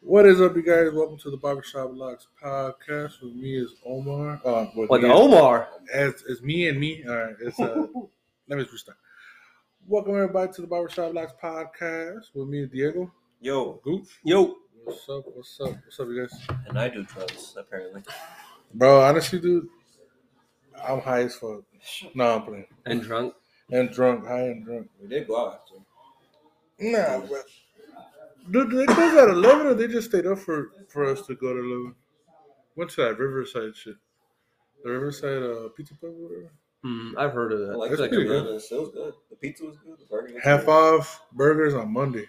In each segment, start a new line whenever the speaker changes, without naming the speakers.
What is up, you guys? Welcome to the Barbershop Locks podcast. With me is Omar. Uh, with
What
me
the
is-
Omar?
As it's me and me. All right, it's uh, let me restart. Welcome everybody to the Barbershop Locks podcast. With me, is Diego,
Yo,
Gooch.
yo,
What's up? What's up? What's up, you guys?
and I do drugs apparently,
Bro, honestly, dude, I'm high as fuck. No, I'm playing.
and drunk.
And drunk, high and drunk.
we did go out after.
Nah, but dude, did they close at eleven, or they just stayed up for for us to go to eleven? Went to that Riverside shit, the Riverside uh, pizza pub, or whatever.
Mm, I've heard of
I
that.
like
That's
that.
pretty
It
good.
was good. The pizza was good. The burger was
half
good.
off burgers on Monday.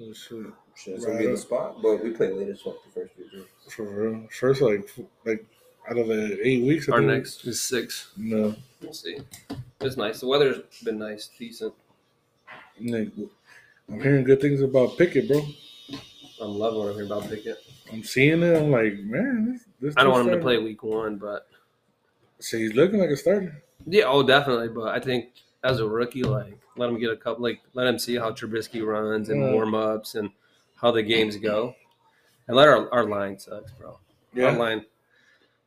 Oh, shit,
Shit, so we be in the spot, but we played late as fuck the first few drinks.
for real. First, like f- like out of the eight weeks, I
Our
think-
next is six.
No,
We'll see. It's nice. The weather's been nice, decent.
nigga. I'm hearing good things about Pickett, bro.
I'm loving what I'm hearing about Pickett.
I'm seeing it. I'm like, man, this. this
I don't want
dude's
him to play
starting-
week one, but
So he's looking like a starter.
yeah, oh, definitely. But I think as a rookie, like let him get a couple, like let him see how Trubisky runs and
Yeah.
warm ups and how the games go, and let our our line sucks, bro. Our line.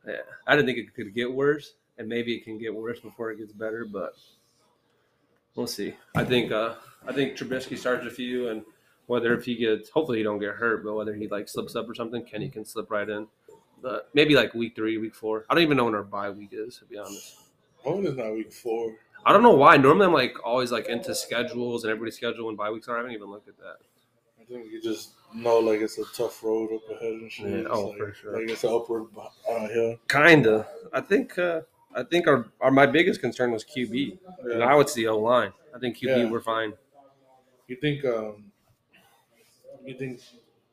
Yeah, I didn't think it could get worse, and maybe it can get worse before it gets better, but we'll see. I think uh I think Trubisky starts a few, and whether if he gets, hopefully he don't get hurt, but whether he like slips up or something, Kenny can slip right in. But maybe like week three, week four. I don't even know when our bye week is, to be honest.
Hoping it's oh, not week four.
I don't know why. Normally I'm like always like into schedules and everybody's schedule when bye weeks are. I haven't even looked at that.
I think you just know like it's a tough road up ahead and shit.
Yeah,
It's
oh,
like,
for sure.
Like it's an upward uh, hill.
Kinda. I think uh I think our, our my biggest concern was QB. And now it's the O line. I think QB
Yeah.
we're fine.
You think um, you think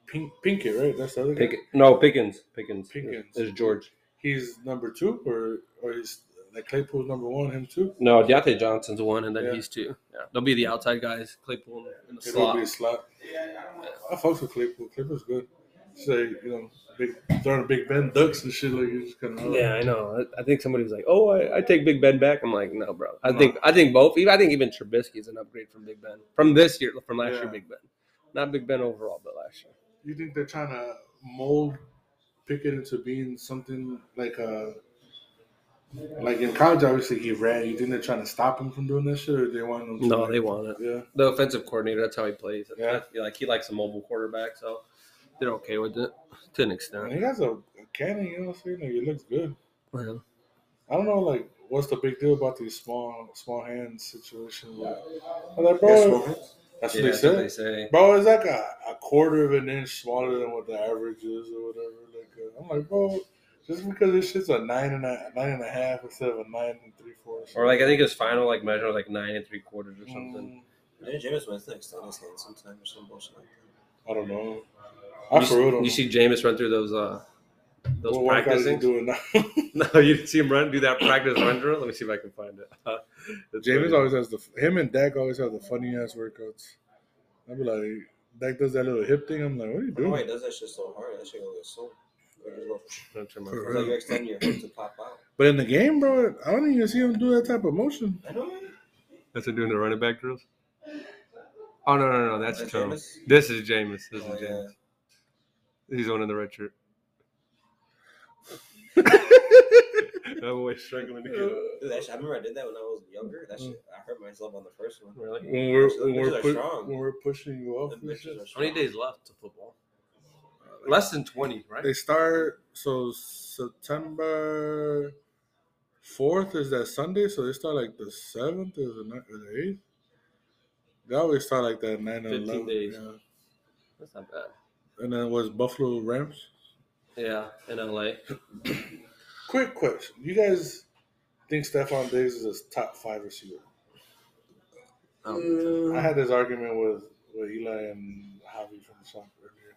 Pink Pinkett, right? That's the other guy.
Pick, no, Pickens. Pickens.
Pickens.
Is George.
He's number two, or or he's like Claypool's number one, him too.
No, Deontay Johnson's one, and then
Yeah.
he's two. Yeah. They'll be the outside guys, Claypool in the
It'll
slot.
be a slot. I fucks with Claypool. Claypool's good. It's like you know, big throwing big Ben ducks and shit. Like you just kind of
Yeah, I know. I, I think somebody was like, "Oh, I, I take Big Ben back." I'm like, "No, bro. I
No.
think I think both. Even I think even Trubisky is an upgrade from Big Ben from this year, from last year.
Yeah.
Big Ben, not Big Ben overall, but last year.
You think they're trying to mold Pickett into being something like uh like in college? Obviously, he ran. You think they're trying to stop him from doing that shit, or they want him? To
No,
like-
they want it.
Yeah,
The offensive coordinator. That's how he plays.
Yeah.
Yeah, like he likes a mobile quarterback, so they're okay with it to an
and
extent.
he has a, a cannon. You know what I'm saying? Like, it looks good.
Well,
I don't know, like what's the big deal about these small small hands situation? Like, I'm like,
Yeah,
bro,
small hands.
that's
yeah,
what they
that's what
said.
they say.
Bro, it's like a, a quarter of an inch smaller than what the average is or whatever. Like, uh, I'm like, bro, just because this shit's a nine and a nine and a half instead of a nine and three fourths.
Or like I think his final like measure was like nine and three quarters or something.
Mm,
Yeah, James Winston extended his hand sometime or some bullshit like
Mm,
that.
I don't know. I
you,
for real
see-
don't
you
know.
see Jameis run through those uh those
What workout is he
practicing.
doing now?
No, you didn't see him run do that practice run drill. Let me see if I can find it. That's
James
funny.
always has the him and Dak always have the funny ass workouts. I'd be like, Dak does that little hip thing. I'm like, what are you
I don't know why he
doing?
does that shit so hard. That shit gonna get so. It's
Don't turn my-
For
like you're extending your hand to pop out.
But in the game, bro, I don't even see him do that type of motion.
I know. right?
That's him doing the running back drills. Oh no no no, that's
Is that
Tom.
Jameis?
This is Jameis. This
Oh,
is
yeah.
Jameis. He's the one in the red shirt. I'm always struggling to get up.
Dude, that shit, I remember I did that when I was younger. That shit, I hurt myself on the first one.
Really?
When we're
Those
when we're,
bitches are
pu-
strong.
when we're pushing you off,
Them
and
bitches
shit.
are
How many
strong.
days left to football? Less than twenty, right?
they start so September fourth is that Sunday, so they start like the seventh or the ni- or the eighth. They always start like that nine and
15
eleven.
days.
Yeah.
That's not bad.
And then it was Buffalo Rams.
Yeah, in LA.
Quick question: You guys think Stephon Diggs is a top five receiver?
Mm.
I had this argument with with Eli and Javi from the shop earlier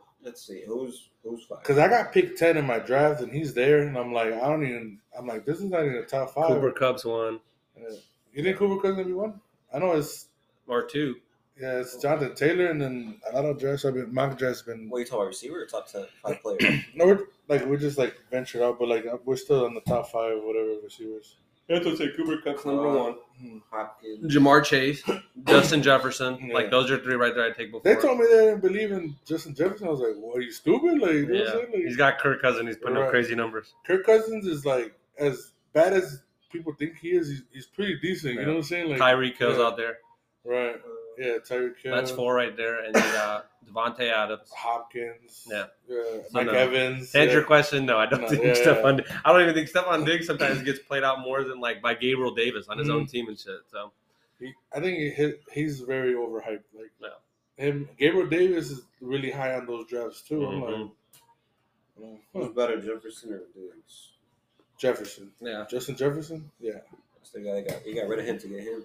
Let's see who's who's five.
because I got pick ten in my draft and he's there, and I'm like, I don't even. I'm like, this is not even a top five.
Cooper Cubs one
Yeah. You think Cooper Cook's gonna be one? I know it's
or two.
yeah, it's Jonathan Taylor, and then a lot of drafts have been mock drafts have been.
What you talking about? Receiver or top ten five player?
uh, No, we're like we just like ventured out, but like we're still in the top five, whatever receivers. That's what I say. Cooper Cup's number
Uh,
one.
Hopkins.
Jamar Chase, Justin Jefferson.
Yeah.
Like those are three right there. I take before.
They told me they didn't believe in Justin Jefferson. I was like, "What? Are you stupid? Like, you know
Yeah,
what I'm saying?
he's
Like,
got Kirk Cousins. He's putting
Right.
up crazy numbers.
Kirk Cousins is like as bad as people think he is. He's, he's pretty decent. You
Yeah.
know what I'm saying? Like,
Tyreek Hill's
yeah.
out there.
right? Yeah, Tyreek Hill.
That's four right there, and you got Devontae Adams.
Hopkins.
Yeah.
yeah.
So
Mike
no.
Evans.
To answer your
yeah.
question, no, I don't
No,
think
yeah,
Stephon. I don't even think Stephon Diggs sometimes gets played out more than like by Gabriel Davis on his
Mhm.
own team and shit. So
He, I think he, hit- he's very overhyped. Like
Yeah.
him, Gabriel Davis is really high on those drafts too. I'm
Mhm.
like,
Who's
hmm,
better, Jefferson or Diggs?
Jefferson,
yeah,
Justin Jefferson, yeah,
They got, they got, they got rid of him to get him.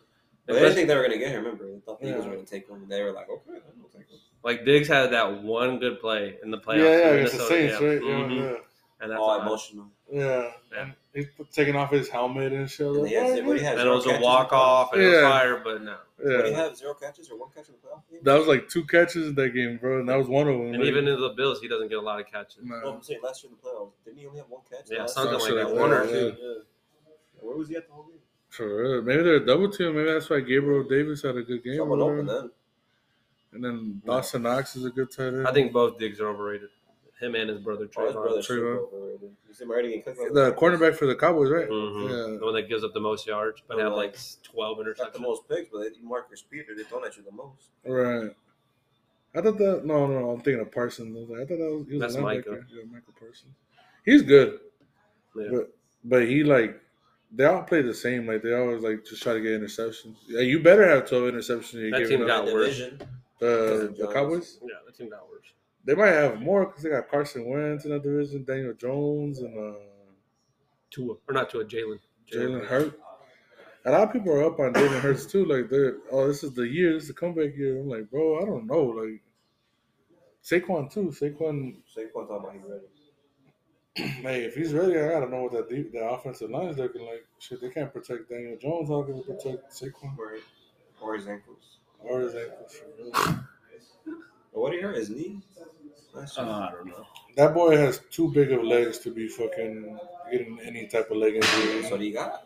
But
But they didn't think they were gonna get him. Remember, they thought the Eagles
Yeah.
were gonna take him, and they were like, "Okay, then we'll take him."
like Diggs had that one good play in the
yeah,
playoffs.
yeah,
in
against the
Minnesota,
Saints,
yeah.
right?
Mhm.
Yeah,
And that's
All
all.
emotional.
yeah, Mm-hmm. yeah.
Yeah.
And he's taking off his helmet and shit.
And
like,
they had,
"Oh,
zero- what he had,
and it
zero
was a
catches in the
walk off and it was
Yeah.
fire, but no.
playoffs? What, he
yeah.
had zero catches or one catch in the playoff game?
That was like two catches in that game, bro, and that was one of them.
And
like,
even in the Bills, he doesn't get a lot of catches.
No,
nah.
I'm saying last year in the playoffs, didn't he only have one catch?
Yeah,
last
something
year?
like that,
one or
yeah.
two. Yeah. Where was he at the whole game?
for real. Maybe they're a double team. Maybe that's why Gabriel Davis had a good game.
Someone
bro.
open then.
And then Dawson Knox is a good tight end.
I think both Diggs are overrated. Him and his brother
Oh,
Trayvon.
his brother's
Trayvon.
super overrated. You see him already getting cooked. by
the cornerback for the Cowboys, right?
Mhm.
Yeah.
The one that gives up the most yards, but
Oh,
had
wow.
like twelve
Got the
interceptions.
most picks, but they Marcus Peter, they thrown at you the most.
Right. I thought that no no, no I'm thinking of Parsons. I, was like, I thought that was he was
That's
a linebacker.
Micah.
Yeah, Michael Parsons. He's good,
Yeah.
but but he like they all play the same. Like they always like just try to get interceptions. Yeah, you better have twelve interceptions. You're
That
giving
team
up. Uh,
got
The
worse.
division.
the, the Cowboys.
Yeah, the team got worse.
They might have more because they got Carson Wentz in that division, Daniel Jones, and uh,
Tua or not Tua, Jalen.
Jalen Hurt. A lot of people are up on Jalen Hurts too. Like they're oh, this is the year, this is the comeback year. I'm like, bro, I don't know. Like Saquon too. Saquon
Saquon's talking about he's ready.
Hey, if he's ready, I gotta know what that deep, that offensive line is looking like. Shit, they can't protect Daniel Jones. How can they protect Saquon
Or, or his ankles.
or his ankles? for real?
But what do you hear? His knee? Last year.
I don't know.
That boy has too big of legs to be fucking getting any type of leg injury.
That's what he got.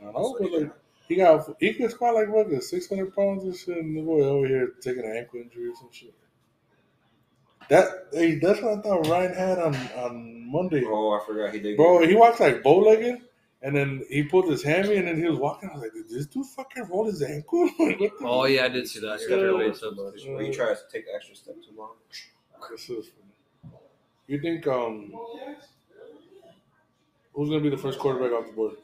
I don't know, but like he got he can squat like what six hundred pounds and shit, and the boy over here taking an ankle injury or some shit. That hey, that's what I thought Ryan had on on Monday.
Oh, I forgot he did.
Bro,
get-
he walked like bow legged, and then he pulled his hammy, and then he was walking. I was like, did this dude fucking roll his ankle? Like, what the-
Oh yeah, I did see that.
He's
He
got
got
to
away
wait so
so
much.
Uh,
He tries to take the extra step too long.
This is funny. You think um, who's gonna be the first quarterback off the board?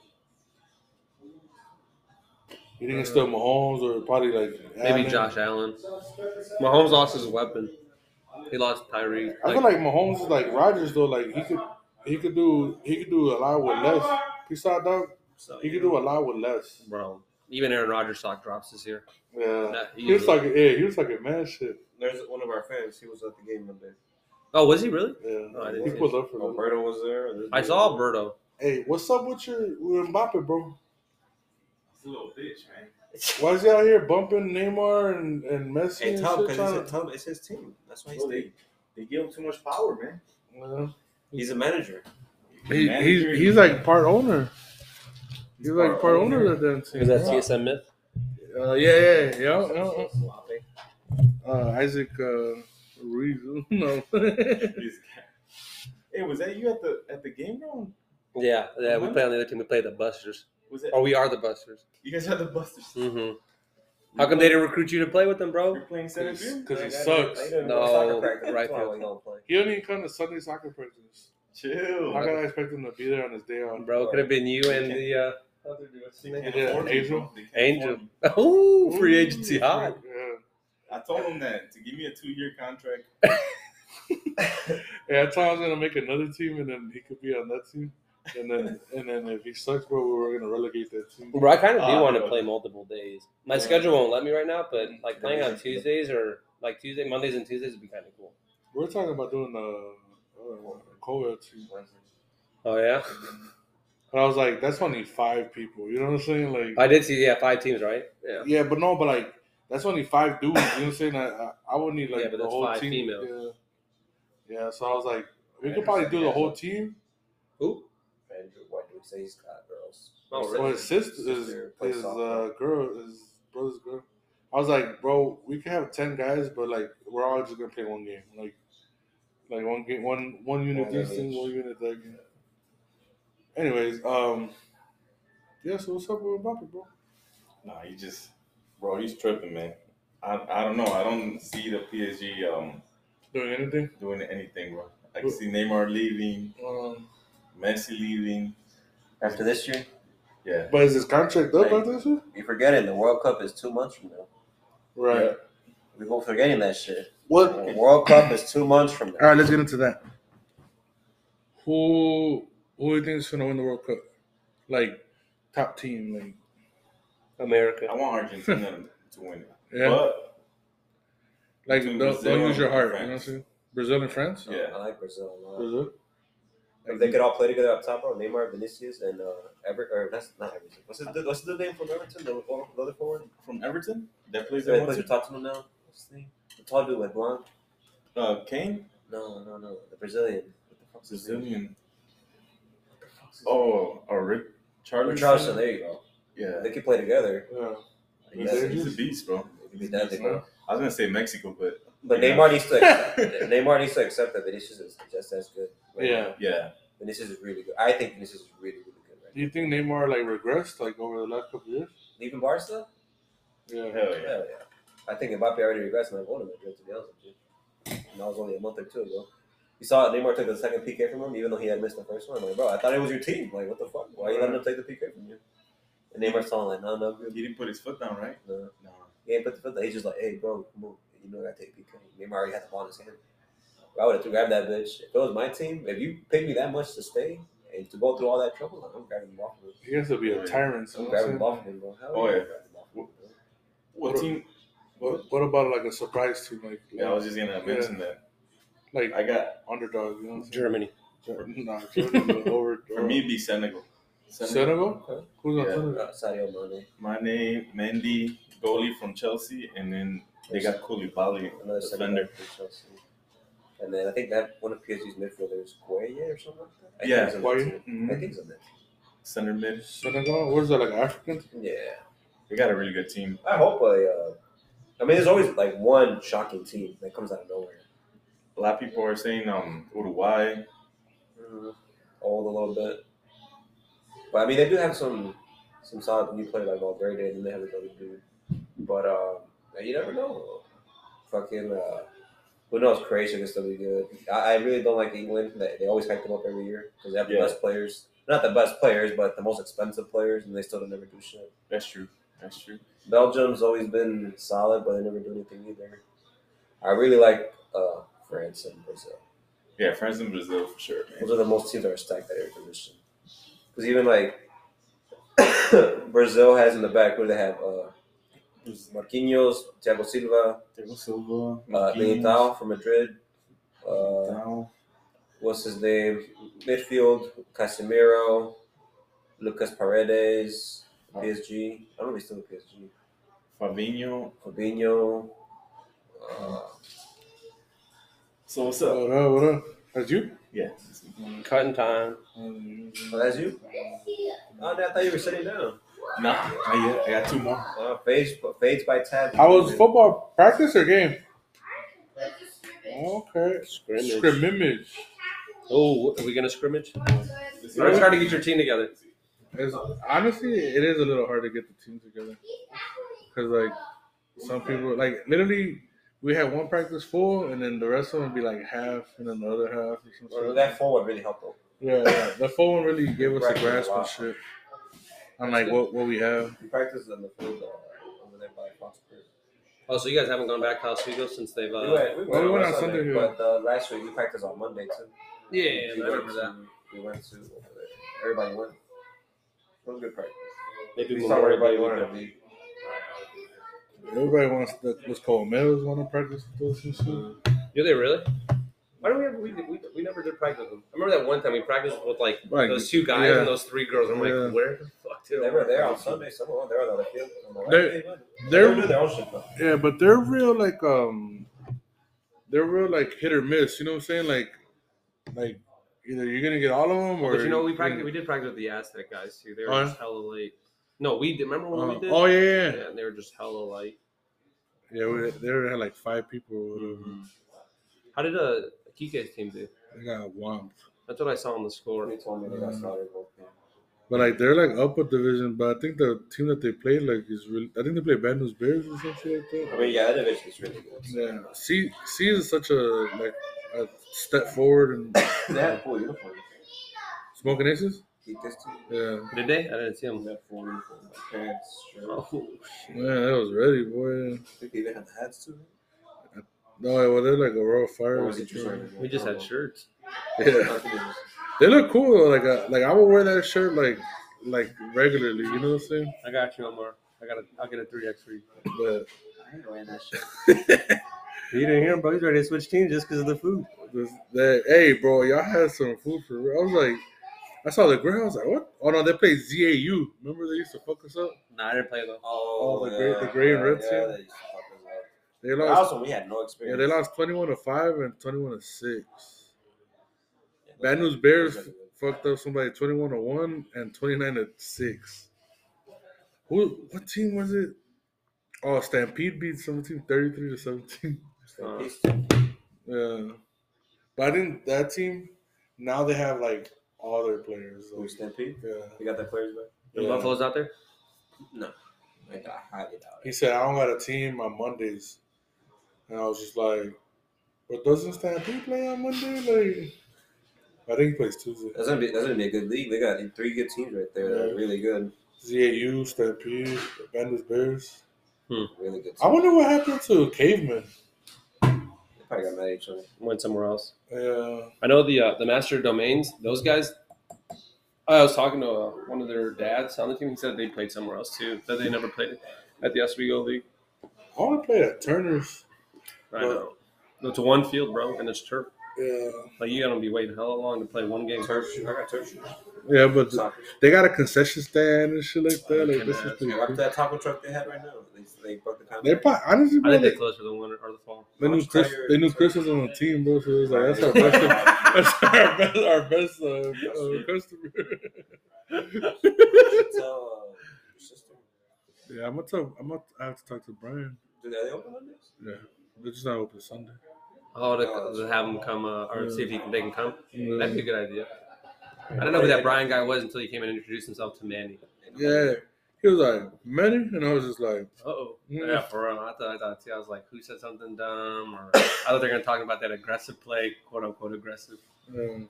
You think it's still Mahomes or probably like
Uh, Maybe
Allen?
Josh Allen. Mahomes lost his weapon. He lost Tyree.
I feel like Mahomes is like Rodgers though. Like he could he could do he could do a lot with less. Peace out, dog.
So
He
you
could
know,
do a lot with less.
bro. Even Aaron Rodgers stock drops this year.
Yeah.
That
He was
easily.
talking, yeah, he was talking mad shit.
There's one of our fans. He was at the game Monday.
Oh, was he really?
Yeah,
No, I didn't
he
see
pulled up for them.
Alberto was there. and this
I
dude-
saw Alberto.
Hey, what's up with your with Mbappe, bro?
He's a little bitch, man.
Why is he out here bumping Neymar and, and Messi
Hey
and
Tom,
shit?
because it's,
Trying
his- Tom, it's his team. That's why he
Well,
stayed.
They give him too much power, man.
yeah.
He's a manager.
he,
Manager,
he's, he's like part owner. He's, like
part
part
owner.
owner of that damn team.
TSM myth?
Uh, yeah, yeah, yeah. yeah, yeah. Uh, Isaac uh, Ruiz. No.
He's- hey, was that you at the at the game room?
Yeah, yeah. We
Mhm.
play on the other team. We play the Busters.
Was that
Oh.
Or we are the Busters.
you guys had the Busters?
Mm.
Mm-hmm. How come they didn't recruit you to play with them, bro?
You're playing center field?
'Cause he sucks.
No, right
That's why
field.
we don't play.
he only come to Sunday soccer practice.
Chill.
How can I expect him to be there on his day off?
Bro, could have been you and the uh,
They can't
Yeah,
afford me,
Angel.
bro. They can't
Angel.
afford me.
Oh, free agency
Yeah.
hot.
I told him that to give me a two-year contract.
Yeah, I told him I was gonna make another team, and then he could be on that team, and then and then if he sucks, bro, we were gonna relegate that team.
Bro, I kind of do
Ah,
want to
bro.
play multiple days. My
Yeah.
schedule won't let me right now, but like playing on
Yeah.
Tuesdays or like Tuesday, Mondays and Tuesdays would be kind of cool.
We're talking about doing a, a co-ed team,
Oh yeah,
but I was like, that's only five people. You know what I'm saying? Like,
I did see. Yeah, five teams, right? Oh, Yeah.
yeah, but no, but like, that's only five dudes. You know what I'm saying? I, I, I would need like
Yeah, but
the
that's
whole
five
team.
females.
Yeah. yeah, so I was like, we could probably do the whole team.
Who?
Andrew, why do we say he's got girls?
Oh,
Well, his sister, his,
Sister plays
his uh,
softball.
girl, his brother's girl. I was like, bro, we can have ten guys, but like we're all just gonna play one game, like like one game, one one unit
One
this
each.
thing, one unit that game. Anyways, um, yeah. So what's up with Mbappe, bro?
Nah, he just, bro, he's tripping, man. I, I don't know. I don't see the PSG um
Doing anything?
doing anything, bro. I can see Neymar leaving,
Um,
Messi leaving.
After this year,
Yeah,
but is his contract up
Right.
after this year?
you forget it. The World Cup is two months from now.
Right.
Yeah.
We go forgetting that shit.
What?
The World Cup is two months from
All
now.
right, let's get into that. Who who do you think is gonna win the World Cup? Like top team, like
America.
I want Argentina to win it,
yeah.
but
Like
Between
don't, don't
Brazil
use your
and
heart. You know
France.
what I'm saying? Brazil and France.
Yeah.
I like Brazil a lot.
Brazil.
If they could all play together up top, bro, Neymar, Vinicius, and uh, Ever, or that's not Everton. What's the what's the name from Everton? The, the other forward.
from Everton, that plays
Is there
that
one to
one.
talk to him now? What's his name? The tall dude with blonde.
Uh, Kane,
No, no, no. The Brazilian. What the fuck's his name?
Brazilian. Oh, or Rick Charlie.
Richarlison. There you go.
Yeah,
They could play together.
Yeah.
I
he's,
guess.
Brazilian?
he's a beast, bro.
It'd be that big, bro.
I was gonna say Mexico, but
But
Yeah.
Neymar needs to accept, Neymar needs to accept that Vinicius is just as good. right
Yeah.
now.
yeah,
Vinicius is really good. I think Vinicius is really really good right
Do you think Neymar like regressed like over the last couple years?
now. Leaving Barca?
Yeah.
hell
Hell
yeah.
yeah. I think Mbappe already regressed and I wanted Madrid to be honest with you. And that was only a month or two ago. You saw Neymar took the second PK from him, even though he had missed the first one. Like, bro, I thought it was your team. Like, what the fuck? Why you letting him take the PK from you? And Neymar's telling like, no, no, good.
He didn't put his foot down, right?
No.
No.
He ain't put the foot down. He's just like, hey, bro, come on. You know I gotta take a PK. Neymar already had the ball in his hand. Bro, I would have grabbed that bitch. If it was my team, if you paid me that much to stay and to go through all that trouble, I'm grabbing the ball from him.
He has to be
Oh,
a
yeah.
tyrant. so
I'm
I'm
grabbing
saying-
the ball from him, bro. Hell
Oh, yeah.
I'm grabbing the ball from him, bro.
What team?
What, what about like a surprise team, like
Yeah, I was just gonna
Yeah.
mention that.
like
I got
underdog? You know, what
Germany.
I'm saying? nah, Germany over
for me it'd be Senegal.
Senegal.
Okay.
Who's on
Yeah.
Senegal?
Uh, Sadio Mane.
Mane, Mendy, goalie from Chelsea, and then they got Koulibaly,
Another
defender.
defender from Chelsea. And then I think that one of PSG's midfielders, Gueye or something like that. I
Yeah,
think he's on that
Gueye.
team. I
Mhm.
think he's on that. team.
Center mid.
Senegal. What is that like African?
Yeah.
They got a really good team.
I hope I. Uh, I mean, there's always like one shocking team that comes out of nowhere.
A lot of people are saying um Uruguay.
Uh, Old a little bit, but I mean they do have some some solid new players like Valverde, and then they have another dude. But um, you never know. Fucking uh, who knows? Croatia can still be good. I, I really don't like England. They, they always hype them up every year because they have
Yeah.
the best players. Not the best players, but the most expensive players, and they still don't never do shit.
That's true. That's true.
Belgium's always been solid, but they never do anything either. I really like uh, France and Brazil.
Yeah, France and Brazil for sure. man.
Those are the most teams that are stacked at every position. Because even like Brazil has in the back where they have uh, Marquinhos, Thiago Silva,
Thiago Silva,
uh,
Marquinhos,
Militao from Madrid. Uh,
Militao.
what's his name? Midfield, Casemiro, Lucas Paredes, PSG. I don't know if he's still with PSG.
Fabinho.
Fabinho. Uh,
So what's up?
What up? What up? That's you?
Yeah.
Cutting time.
oh, that's you? Oh, I thought you were sitting down.
No, not yet. I got two more.
Uh, fades, fades by tab.
How was football practice or game? Okay.
Scrimmage.
Scrimmage.
Oh, are we gonna scrimmage?
It's
It's hard to get your team together.
It's, honestly, it is a little hard to get the team together because like some people like literally we had one practice full and then the rest of them would be like half and then the other half or
Well,
something.
that forward really helped them.
yeah, yeah, the full one really gave us a
Practice a
grasp on
lot.
shit on like what what we have.
We practiced on the field uh, over there by Fox Creek.
Oh, so you guys haven't gone back to Oswego since they've.
We
Uh,
went, we went,
well, we went on Sunday, yeah.
but uh, last week we practiced on Monday too.
yeah,
we
I remember
went
that.
To, we went to over there. Everybody went. It was good practice.
Maybe
We
we'll
saw where everybody
we'll
wanted
go.
to be.
Everybody wants that. What's called males want to practice with us and shit.
Do they really? Why don't we ever? We, we, we never did practice. with them. I remember that one time we practiced with like
Like
those two guys
yeah.
and those three girls. I'm
Yeah.
like, where the fuck did
They
all
were
that
there
come
on
from?
Sunday. Some of them they were on the field. I'm like,
They're-
hey, man.
they're- Mm-hmm.
They do their own shit though.
Yeah, but they're real like um, they're real like hit or miss. You know what I'm saying? Like, like Either you're gonna get all of them, or
But you know, we
you're
practiced.
gonna-
We did practice with the Aztec guys too. They were
Oh,
just hella late. No, we did. Remember when
Uh,
we did?
oh yeah, yeah, yeah.
Yeah, and they were just hella light.
Yeah, we, they already had like five people. Or whatever.
Mm-hmm. How did uh Kike's team do?
They got whomped.
That's what I saw on the score.
They told me they got slaughtered. both games.
But like they're like up a division. But I think the team that they played like is really. I think they play Bad News Bears or some shit like that.
I mean, yeah, that division is really good.
Yeah, C C is such a like a step forward and
They had full uniforms.
smoking aces.
Keep this team.
Yeah,
Did they? I didn't see
They
them.
had full uniforms. My parents, sure.
Oh,
man, that was ready, boy.
I think they even had the hats too.
No, well, they're like a raw fire.
Or was it just like-
we just had shirts.
Yeah,
I think it was-
they look cool though. Like, uh, like I would wear that shirt like, like regularly. You know what I'm saying?
I got you, Omar. I got. A, I'll get a three X for you.
But
I ain't wearing that shit.
You didn't hear him, bro. He's ready to switch teams just because of the food.
this, that, hey, bro, y'all had some food for real. I was like, I saw the grill. I was like, what? Oh no, they played ZAU. Remember they used to fuck us up.
Nah, I didn't play though.
Oh,
the gray- the gray and red
yeah,
team?
they used to fuck us up.
They
But
lost.
Also, we had no
Yeah,
experience.
they lost twenty-one to five and twenty-one to six.
Yeah, those-
Bad News
those
Bears
are good.
fucked up somebody 21 to 1 and 29 to 6. Who what team was it? Oh, Stampede beat some team 33 to 17.
Uh,
Peace.
Yeah. But I didn't that team now they have like all their players.
Ooh,
Like,
Stampede.
yeah.
We got that players back.
The
Yeah.
Buffalo's out there.
No, I I highly doubt
He
it.
said, I don't got a team on Mondays. And I was just like, But doesn't Stampede play on Monday? Like I think he plays Tuesday.
That's gonna be that's gonna be a good league. They got three good teams right there. that
Yeah.
are really good,
ZAU, Stampede, Bandits Bears.
really good. Teams.
I wonder what happened to Caveman.
They probably got mad at each other.
Went somewhere else.
Yeah.
I know the uh, the master domains. Those guys. I was talking to uh, one of their dads on the team. He said they played somewhere else too. That they never played at the Oswego League.
I want to play at Turner's.
I know. It's one field, bro, and it's turf.
Yeah.
Like you gotta be waiting hella long to play one game.
Turf shoes. I got turf shoes.
Yeah, but th-
Soccer.
they got a concession stand and shit like that. Like
Okay,
this
man.
is pretty
Yeah, After
cool.
that taco truck they had right now, they they broke the
They
contract.
probably, honestly,
I
bro,
think
they,
they closed for the winter or the fall.
they knew
Let's
Chris.
try your-
They knew Chris was on the team, bro. So it was like that's our best. that's our best. Our best uh, uh, customer.
Tell, uh, your sister.
yeah, I'm gonna tell. I'm gonna. I have to talk to Brian.
Do they are they open on this?
Yeah, they're just not open Sunday.
Oh, to, to have them come uh, or see if he can, they can come. That'd be a good idea. I don't know who that Brian guy was until he came and introduced himself to Manny.
Yeah, he was like many, and I was just like,
Uh oh.
Yeah.
Yeah, for real. I thought, I thought, too. I was like, who said something dumb? Or I thought they were going to talk about that aggressive play, quote unquote aggressive.
um,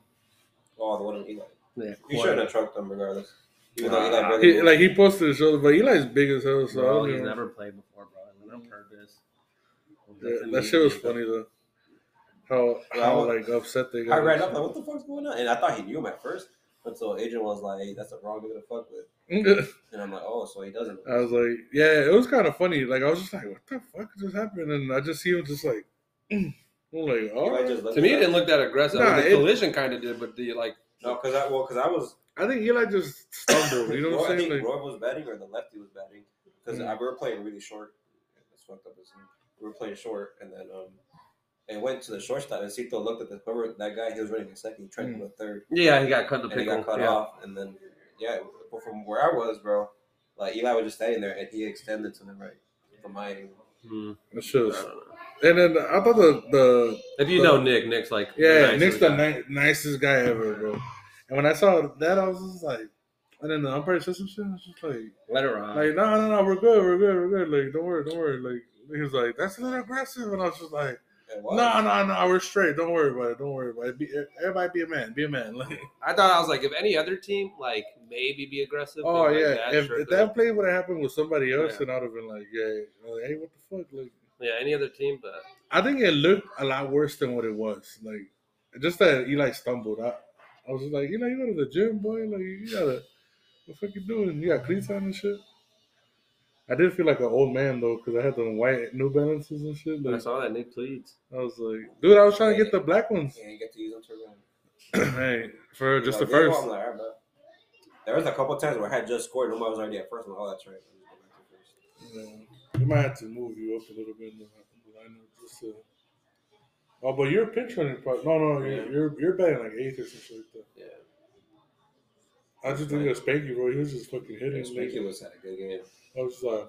Oh, the one in Eli.
Yeah,
You
quote-
shouldn't have trucked them regardless. Even
Nah.
though Eli Brady
he, like he posted his shoulder, but Eli's big as hell. So
Bro,
I
he's
don't know.
never played before, bro. I went on purpose.
Mm-hmm. Yeah, that shit was funny though. How how like upset they got.
I ran up like, what the fuck's going on? And I thought he knew him at first until Adrian was like, hey, that's the wrong nigga to fuck with. And I'm like, oh, so he doesn't.
I was like, yeah, it was kind of funny. Like I was just like, what the fuck just happened? And I just see him just like, I'm like,
Eli
all right.
just looked
To me, it
at-
didn't look that aggressive. I mean,
Nah,
the
it-
collision kind of did, but the like,
No, because I well, because I was.
I think Eli just stumbled. You know
Roy,
what I'm
I
saying?
think
Like,
Roy was batting or the lefty was batting because
Mm.
we were playing really short. That's fucked up. as hell. We were playing short, and then um, it went to the shortstop. And Cito looked at the whoever that guy he was running at second. He tried
Mm.
to go to third,
yeah, he got cut the
and he
pickle.
got cut
yeah.
off. And then yeah, but from where I was, bro, like Eli was just standing there, and he extended to the right from my angle.
Hmm,
that
I
shit
don't
was-
know.
and then I thought the the
If you
The-
know Nick, Nick's like
yeah
nice
Nick's
guy.
the ni- nicest guy ever, bro. And when I saw that, I was just like, and then the umpire said some shit. I was just like.
let her on.
Like, no, no, no, we're good, we're good, we're good. Like, don't worry, don't worry. Like, he was like, that's a little aggressive. And I was just like,
And
no,
wow.
no, no, we're straight. Don't worry about it. Don't worry about it. Be, everybody be a man, be a man. Like,
I thought I was like, if any other team like maybe be aggressive. but
oh,
like
yeah.
that,
if
sure,
if
but-
that play would have happened with somebody else,
Yeah.
then I would have been like, yeah, like, hey, what the fuck? Like,
yeah, any other team, but
I think it looked a lot worse than what it was. Like, just that Eli stumbled. I, I was just like, you know, you go to the gym, boy. Like, you gotta, what the fuck you doing? You got cleats on and shit. I did feel like an old man though, because I had them white New Balances and shit.
when I
Like,
saw that Nick pleads.
I was like, dude, I was trying to get the black ones.
Yeah, you get to use them to run.
hey, for just the
Like,
first.
I'm like, all right, bro. There was a couple times where I had just scored, nobody was already at first. I'm like, oh, that's right. Let me go back to first.
Yeah. We might have to move you up a little bit in the, in the lineup just to uh, Oh, but you're pitch running probably. No, no,
Yeah.
you're, you're you're batting like eighth or something like that.
Yeah.
I just think of Spanky, bro. He was just fucking hitting.
Spanky was had a good game.
I was like,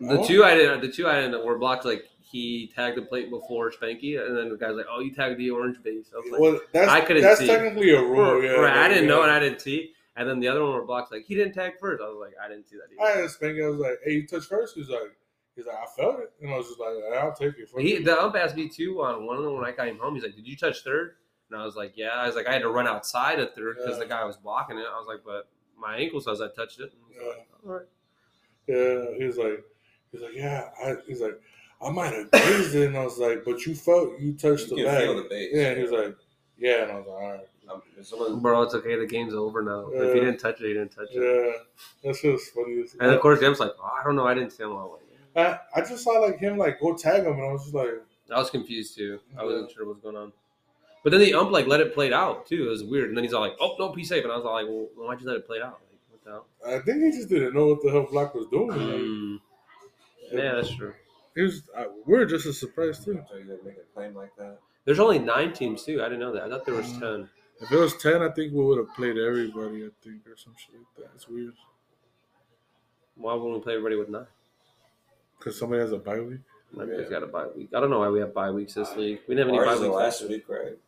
The
oh.
two I didn't, the two I didn't were blocked. Like he tagged the plate before Spanky, and then the guy's like, "Oh, you tagged the orange base." I was like,
Well, that's,
I couldn't
That's
see.
technically a rule.
"Right,
yeah,
right, I didn't
yeah.
know and I didn't see." And then the other one were blocked. Like he didn't tag first. I was like, I didn't see that.
I
Either.
asked Spanky. I was like, "Hey, you touch first? He's like, "He's like, I felt it," and I was just like, "I'll take it." fuck
He,
it."
the ump asked me too on one of them when I got him home. He's like, "Did you touch third? And I was like, "Yeah." I was like, "I had to run outside at third because
Yeah.
the guy was blocking it." I was like, "But my ankle says I touched it." And he's like, All right.
Yeah, he's like, he's like, yeah. I, he's like, I might have grazed it, and I was like, but you felt you touched
You
the
can
bag.
feel the base.
yeah, and he's like, yeah, and I was like, all right,
Um, if someone,
Bro, it's okay. The game's over now. If
Yeah.
you didn't touch it, you didn't touch it.
yeah, that's just funny. as-
And of course, Jim's like, oh, I don't know. I didn't see him all the way.
I, I just saw like him like go tag him, and I was just like,
I was confused too. I wasn't
Yeah.
sure what was going on. But then the ump like let it play out too. It was weird. And then he's all like, "Oh no, be safe." And I was all like, "Well, why'd you let it play out? Like, what the hell?"
I think he just didn't know what the hell Block was doing. Like,
Mm. Yeah, that's true.
he was, I, we were just as surprised too.
so you gonna make a claim like that?
There's only nine teams too. I didn't know that. I thought there was ten.
If it was ten, I think we would have played everybody. I think or some shit like that. It's weird
Why wouldn't we play everybody with nine?
because somebody has a bye week.
Everybody's
Yeah.
got a bye week. I don't know why we have bye weeks this league. We didn't have any
Ours
bye
is the
weeks
last week, right?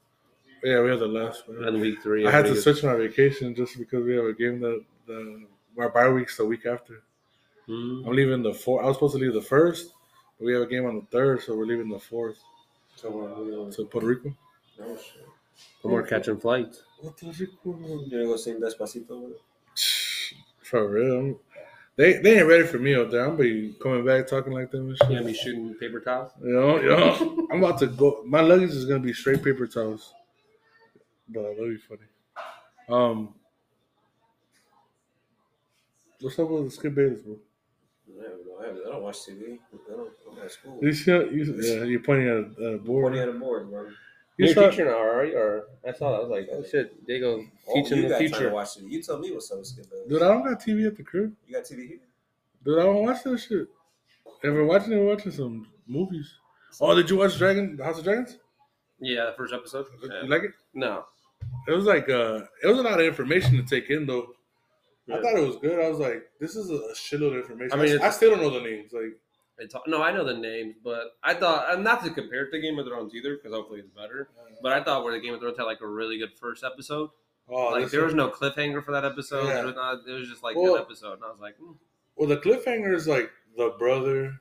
Yeah, we had the last one.
And week three,
I had to
everybody
switch my vacation just because we have a game that the our bye week's the week after.
gets- Mm.
I'm leaving the four. I was supposed to leave the first, but we have a game on the third, so we're leaving the fourth
So we're,
uh,
we're going
to Puerto Rico.
oh shit.
And we're catching flights.
Puerto Rico,
You gonna go sing Despacito with it?
for real. I'm- they they ain't ready for me up there. I'm be coming back talking like them and shit.
You gonna be shooting paper towels?
You know, you know. I'm about to go. My luggage is gonna be straight paper towels. But that'll be funny. Um, what's up with the Skip Bayless, bro?
I don't know. I haven't- I don't watch TV. I don't. I'm at school.
You see, you, yeah, you're pointing at a uh, board.
Twenty at a board, bro.
You
You're
saw,
teaching or, or I saw that. I was like, oh shit, Dago
Oh,
teaching
you
the
guys trying
future.
to watch it. You tell me what's up, Skip. man.
dude, I don't got TV at the crib.
You got TV here?
Dude, I don't watch that shit. If we're watching, we're watching some movies. Oh, did you watch Dragon House of Dragons?
Yeah, the first episode. Yeah.
You like it?
No.
It was like uh, it was a lot of information to take in though. I
Yeah.
thought it was good. I was like, this is a shitload of information.
I
I
mean,
mean, I,
it's-
still don't know the names. Like,
It's, no, I know the names, but I thought and not to compare it to Game of Thrones either, because hopefully it's better. But I thought where the Game of Thrones had like a really good first episode.
oh,
like
this
there
one-
was no cliffhanger for that episode.
Yeah.
There was not, it was just like
Well-
an episode, and I was like, mm.
Well, the cliffhanger is like the brother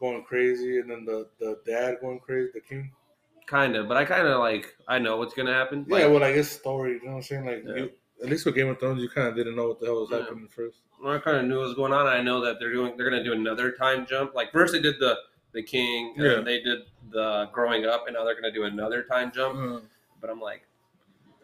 going crazy, and then the the dad going crazy, the king.
kind of. But I kind of like I know what's gonna happen.
Yeah, well, like it's story. You know what I'm saying? Like,
Yeah.
you, at least with Game of Thrones, you kind of didn't know what the hell was
Yeah.
happening first.
I kind of knew what was going on. I know that they're doing they're gonna do another time jump. Like first they did the the king, and
Yeah.
then they did the growing up, and now they're gonna do another time jump.
Uh,
But I'm like,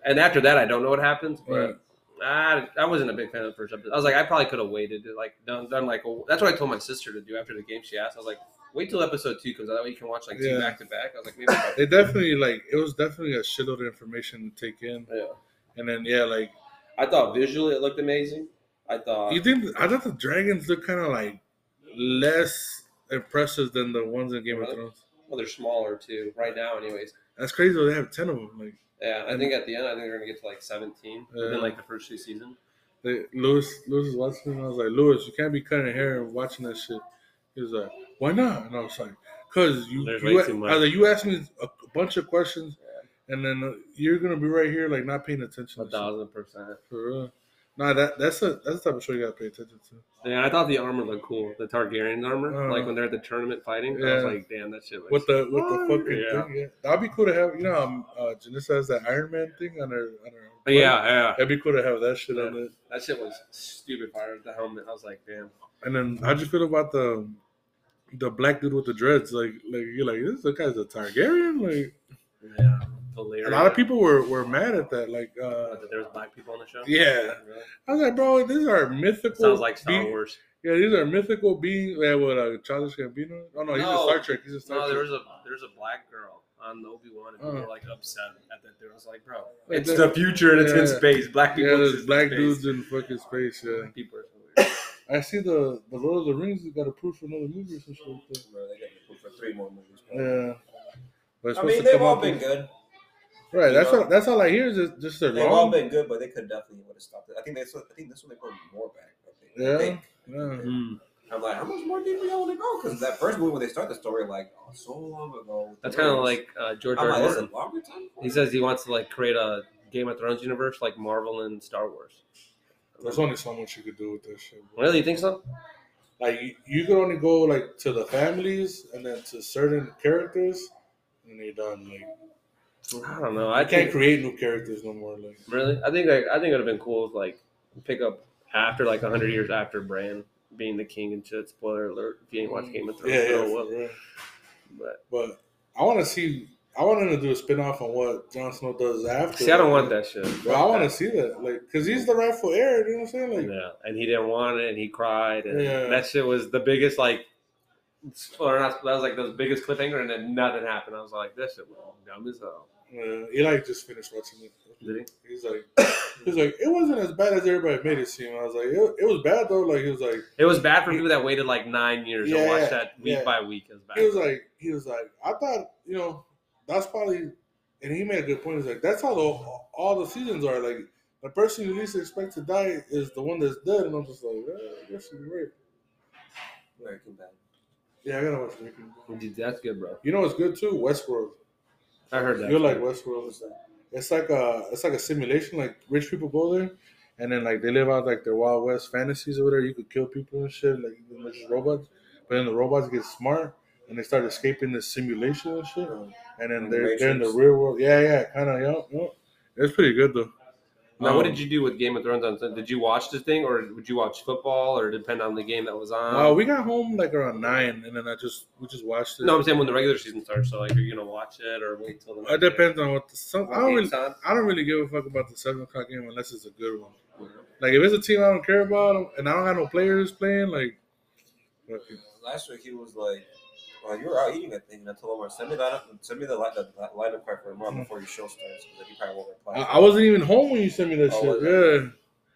and after that I don't know what happens.
Right.
But I, I wasn't a big fan of the first episode. I was like, I probably could have waited. to, Like done, done like a, that's what I told my sister to do after the game. She asked, I was like, wait till episode two comes out. That way you can watch like two
Yeah.
back to back. I was like, maybe. I'll-
it definitely like it was definitely a shitload of information to take in,
yeah.
and then yeah, like
I thought visually it looked amazing. I thought
you think I thought the dragons look kind of like less impressive than the ones in Game of
Really?
Thrones.
well, they're smaller too right now, anyways.
That's crazy. though, They have ten of them. Like
Yeah, I think at the end, I think they're gonna get to like seventeen
Yeah.
within like the first two seasons.
they, Lewis, Lewis is watching, it, and I was like, Lewis, you can't be cutting hair and watching that shit. He was like, Why not? And I was like, Cause you,
There's
you,
way
a-
too much.
I was like, you asked me a bunch of questions, and then uh, you're gonna be right here like not paying attention.
A
to shit.
thousand percent.
For real. Nah, that that's a that's the type of show you gotta pay attention to.
Yeah, I thought the armor looked cool. The Targaryen armor,
Uh,
like when they're at the tournament fighting. I
yeah.
was like, damn, that shit. Looks
With the with the
Oh,
fucking
yeah.
thing, yeah. That'd be cool to have. You know, um, uh, Janissa has that Iron Man thing on her on her.
yeah, yeah.
that'd be cool to have that shit
Yeah.
on it.
That shit was stupid fire with the helmet. I was like, damn.
And then how'd you feel about the the black dude with the dreads? Like like you're like this guy's a Targaryen. Like
Yeah. Hilarious.
a lot of people were were mad at that. Like uh,
That there was black people on the show.
yeah,
Really?
I was like, bro, these are mythical.
Sounds like Star
be-
Wars.
Yeah, these are mythical beings. Yeah, what uh, Charles Gambino? Oh no, he's a
No.
Star Trek. He's a Star
No,
Trek.
there was a there's a black girl on Obi Wan, and people
Uh.
were like upset at that. Dude, I was like, bro,
Like
it's
that-
the future and it's in
yeah.
space. Black people.
yeah, there's
exist in
black
space.
dudes in fucking space. Yeah.
People are so weird.
I see the the Lord of the Rings got approved for another movie or something like that.
Bro, they got me for three more movies. bro.
Yeah.
But it's
I
supposed
mean,
to
they've
come
all
up
been
with-
good.
Right. That's
Yeah.
all. That's all I hear is just, just their
They've all
long.
been good, but they could definitely would have stopped it. I think they. I think this one they put more back. I think. I
Yeah.
think.
Yeah.
Hmm.
I'm like, how much more deep do y'all want to go? Because that first movie when they start the story, like oh, so long ago.
That's kind of
Thrones.
like uh, George
I'm
R.
like,
R.
this is
Martin.
a longer time.
He says he wants to like create a Game of Thrones universe like Marvel and Star Wars.
There's only so much you could do with that shit. bro.
Really, you think so?
Like you, you could only go like to the families and then to certain characters, and you're done. Like
I don't know.
I
I
can't
think
create new characters no more. Like
really. I think like, I think it would have been cool if like pick up after like hundred years after Bran being the king and shit. Spoiler alert: if you ain't watched Game of Thrones,
yeah,
you
yeah,
don't know
for
what-
real.
but
But I want to see. I want them to do a spin off on what Jon Snow does after.
see, I don't want that shit.
But I want to see that, like, cause he's the rightful heir. You know what I'm saying? Like,
Yeah, and he didn't want it, and he cried, and
Yeah.
that shit was the biggest like, or not, that was like the biggest cliffhanger, and then nothing happened. I was like, this shit was dumb as hell.
Uh, Eli just finished watching it.
Did
He's like, he's like, it wasn't as bad as everybody made it seem. I was like, it, it was bad though. Like he was like,
It was bad for people that waited like nine years
Yeah,
to watch that week
yeah.
by week. It was bad.
he was like, he was like, I thought you know that's probably, and he made a good point. He's like, that's how the, all the seasons are. Like the person you least expect to die is the one that's dead, and I'm just like, yeah, I guess you're right.
Breaking Bad.
Yeah, I gotta watch Breaking. Bad.
Dude, that's good, bro.
You know what's good too? Westworld.
I heard that.
You're like
shit.
Westworld.
What's that?
It's like a it's like a simulation. Like rich people go there, and then like they live out like their Wild West fantasies or whatever. You could kill people and shit, like you can just robots. But then the robots get smart and they start escaping the simulation and shit.
Um,
And then
The
they're they're in the
Matrix.
real world. Yeah, yeah, kind of. Yup, yup. It's pretty good though.
now, what did
Um,
you do with Game of Thrones? On did you watch the thing, or would you watch football, or depend on the game that was on?
Uh, we got home like around nine, and then I just we just watched it.
no, I'm saying when the regular season starts. So, like, are you gonna watch it or wait till the?
it
next day?
depends on what the, some. Uh, I don't
Game's
really
on?
I don't really give a fuck about the seven o'clock game unless it's a good one. Like if it's a team I don't care about and I don't have no players playing, like fuck it.
Last week he was like, well, you were out eating that thing, and I told him, send me that up, send me the line, the, the line up card for tomorrow before your show starts, because he probably won't reply.
I, I wasn't even home when you sent me that
Oh,
shit.
was it?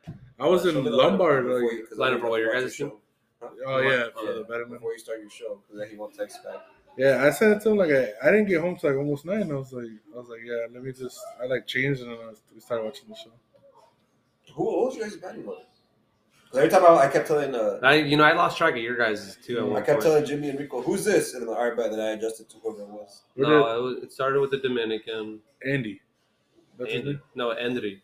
Yeah, I was
Show
in
me the lineup
Lombard.
before
Like,
you- 'cause I
Lineup
need
for
to
what, your
watch
guys'
the
show?
oh yeah, for
Yeah.
the betterment.
before you start your show, because then he won't text back.
Yeah, I sent it to him like I, I didn't get home till like almost nine. I was like, I was like, yeah, let me just. I like changed and then I was- we started watching the show.
Who owes you guys betting money? 'Cause every time I, I kept telling, uh,
I, you know, I lost track of your guys too. At
Mm, I
one
kept
point.
telling Jimmy and Rico, who's this? And then the art bet that I adjusted to whoever it was.
Where
No, it, was, it started with the Dominican.
did Andy? That's his
Andy,
name?
no, Endry.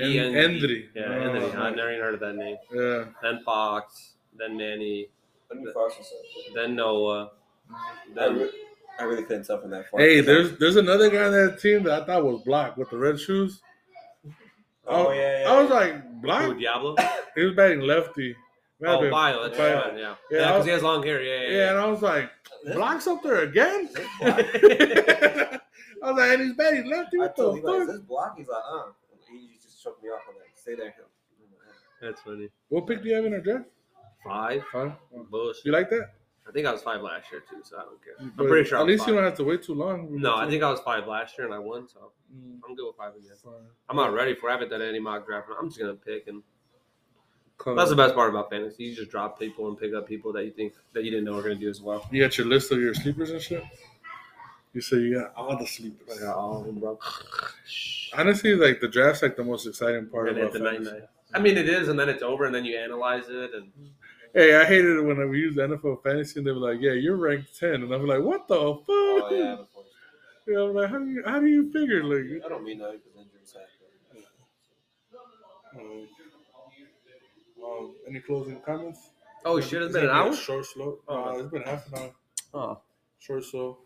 En-
E-N-
Endry.
Yeah,
Oh,
Endry. I
nice.
never even heard of that name.
Yeah.
Then Fox, then Manny,
I knew Fox was
then Noah.
I,
Then
re- I really couldn't tell from that far.
Hey, there's there's another guy on that team that I thought was blocked with the red shoes.
Oh,
I-
yeah, yeah.
I was like,
who,
blocked.
Diablo.
He was batting lefty. Might have
Oh,
been-
Bio. That's
Bio.
right. Yeah,
Yeah,
yeah,
I
because
was-
he has long hair. Yeah,
Yeah, and
yeah.
I was like, blocks up there again?
Is this block?
I was like, and he's bad. He left you.
I
What
told
the
him, like, is
fuck?
this block? He's like, uh. He just choked me off. I'm like, stay there, him.
That's funny.
What pick do you have in our draft?
Five.
Five.
Bullshit.
You like that?
I think I was five last year too, so I don't care.
But
I'm pretty sure. I
At
was
least you
five.
don't have to wait too long.
No, I think I was five last year and I won, so
Mm,
I'm good with five again.
fine.
I'm not ready for. it. I haven't done any mock draft. I'm just gonna pick and
Cool.
That's the best part about fantasy. You just drop people and pick up people that you think that you didn't know were going to do as well.
You got your list of your sleepers and shit. You say you got uh, all the sleepers.
Like, oh, bro.
Honestly, like the draft's like the most exciting part
And
about
at the night
fantasy.
night. I mean, it is, and then it's over, and then you analyze it, and
Hey, I hated it when we used NFL fantasy and they were like, "Yeah, you're ranked 10. and I'm like, "What the fuck?"
Oh, yeah, unfortunately.
You know, I'm like, "How do you how do you figure like?"
I don't mean that because injuries happen.
Um, um, any closing comments?
oh shit, it's
Is
been
it
an hour.
Short slow. Uh, it's been half an hour.
Oh,
Short slow.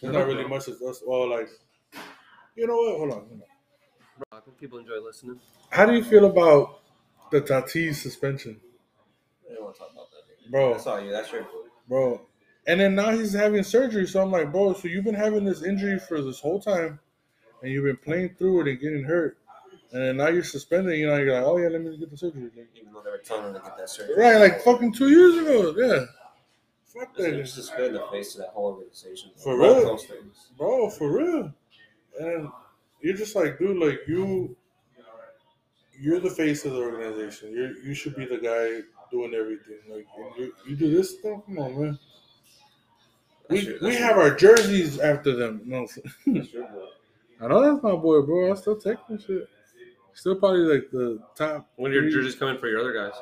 There's not really much of us. Well, like, you know what? Hold on. Hold on.
I think people enjoy listening.
How do you feel about the Tatis suspension,
I don't want to talk about that.
bro?
That's all you. That's your food.
Bro. And then now he's having surgery, so I'm like, bro, so you've been having this injury for this whole time, and you've been playing through it and getting hurt, and then now you're suspended. You know, you're like, oh yeah, let me get the surgery. Like,
Even though they were telling him to get that surgery.
Right, like fucking two years ago. Yeah. Fuck
Just-
that.
Just to spin the face of that whole organization.
For
Both
real?
Those things.
bro, for real. And you're just like, dude, like you, you're the face of the organization. You you should be the guy doing everything. Like and you, you do this stuff. Come on, man. We,
That's true,
we
that's
have our jerseys after them. No,
That's true, bro.
I know that's my boy, bro. I still take that shit. Still probably like the top.
When are your
three.
jerseys coming for your other guys?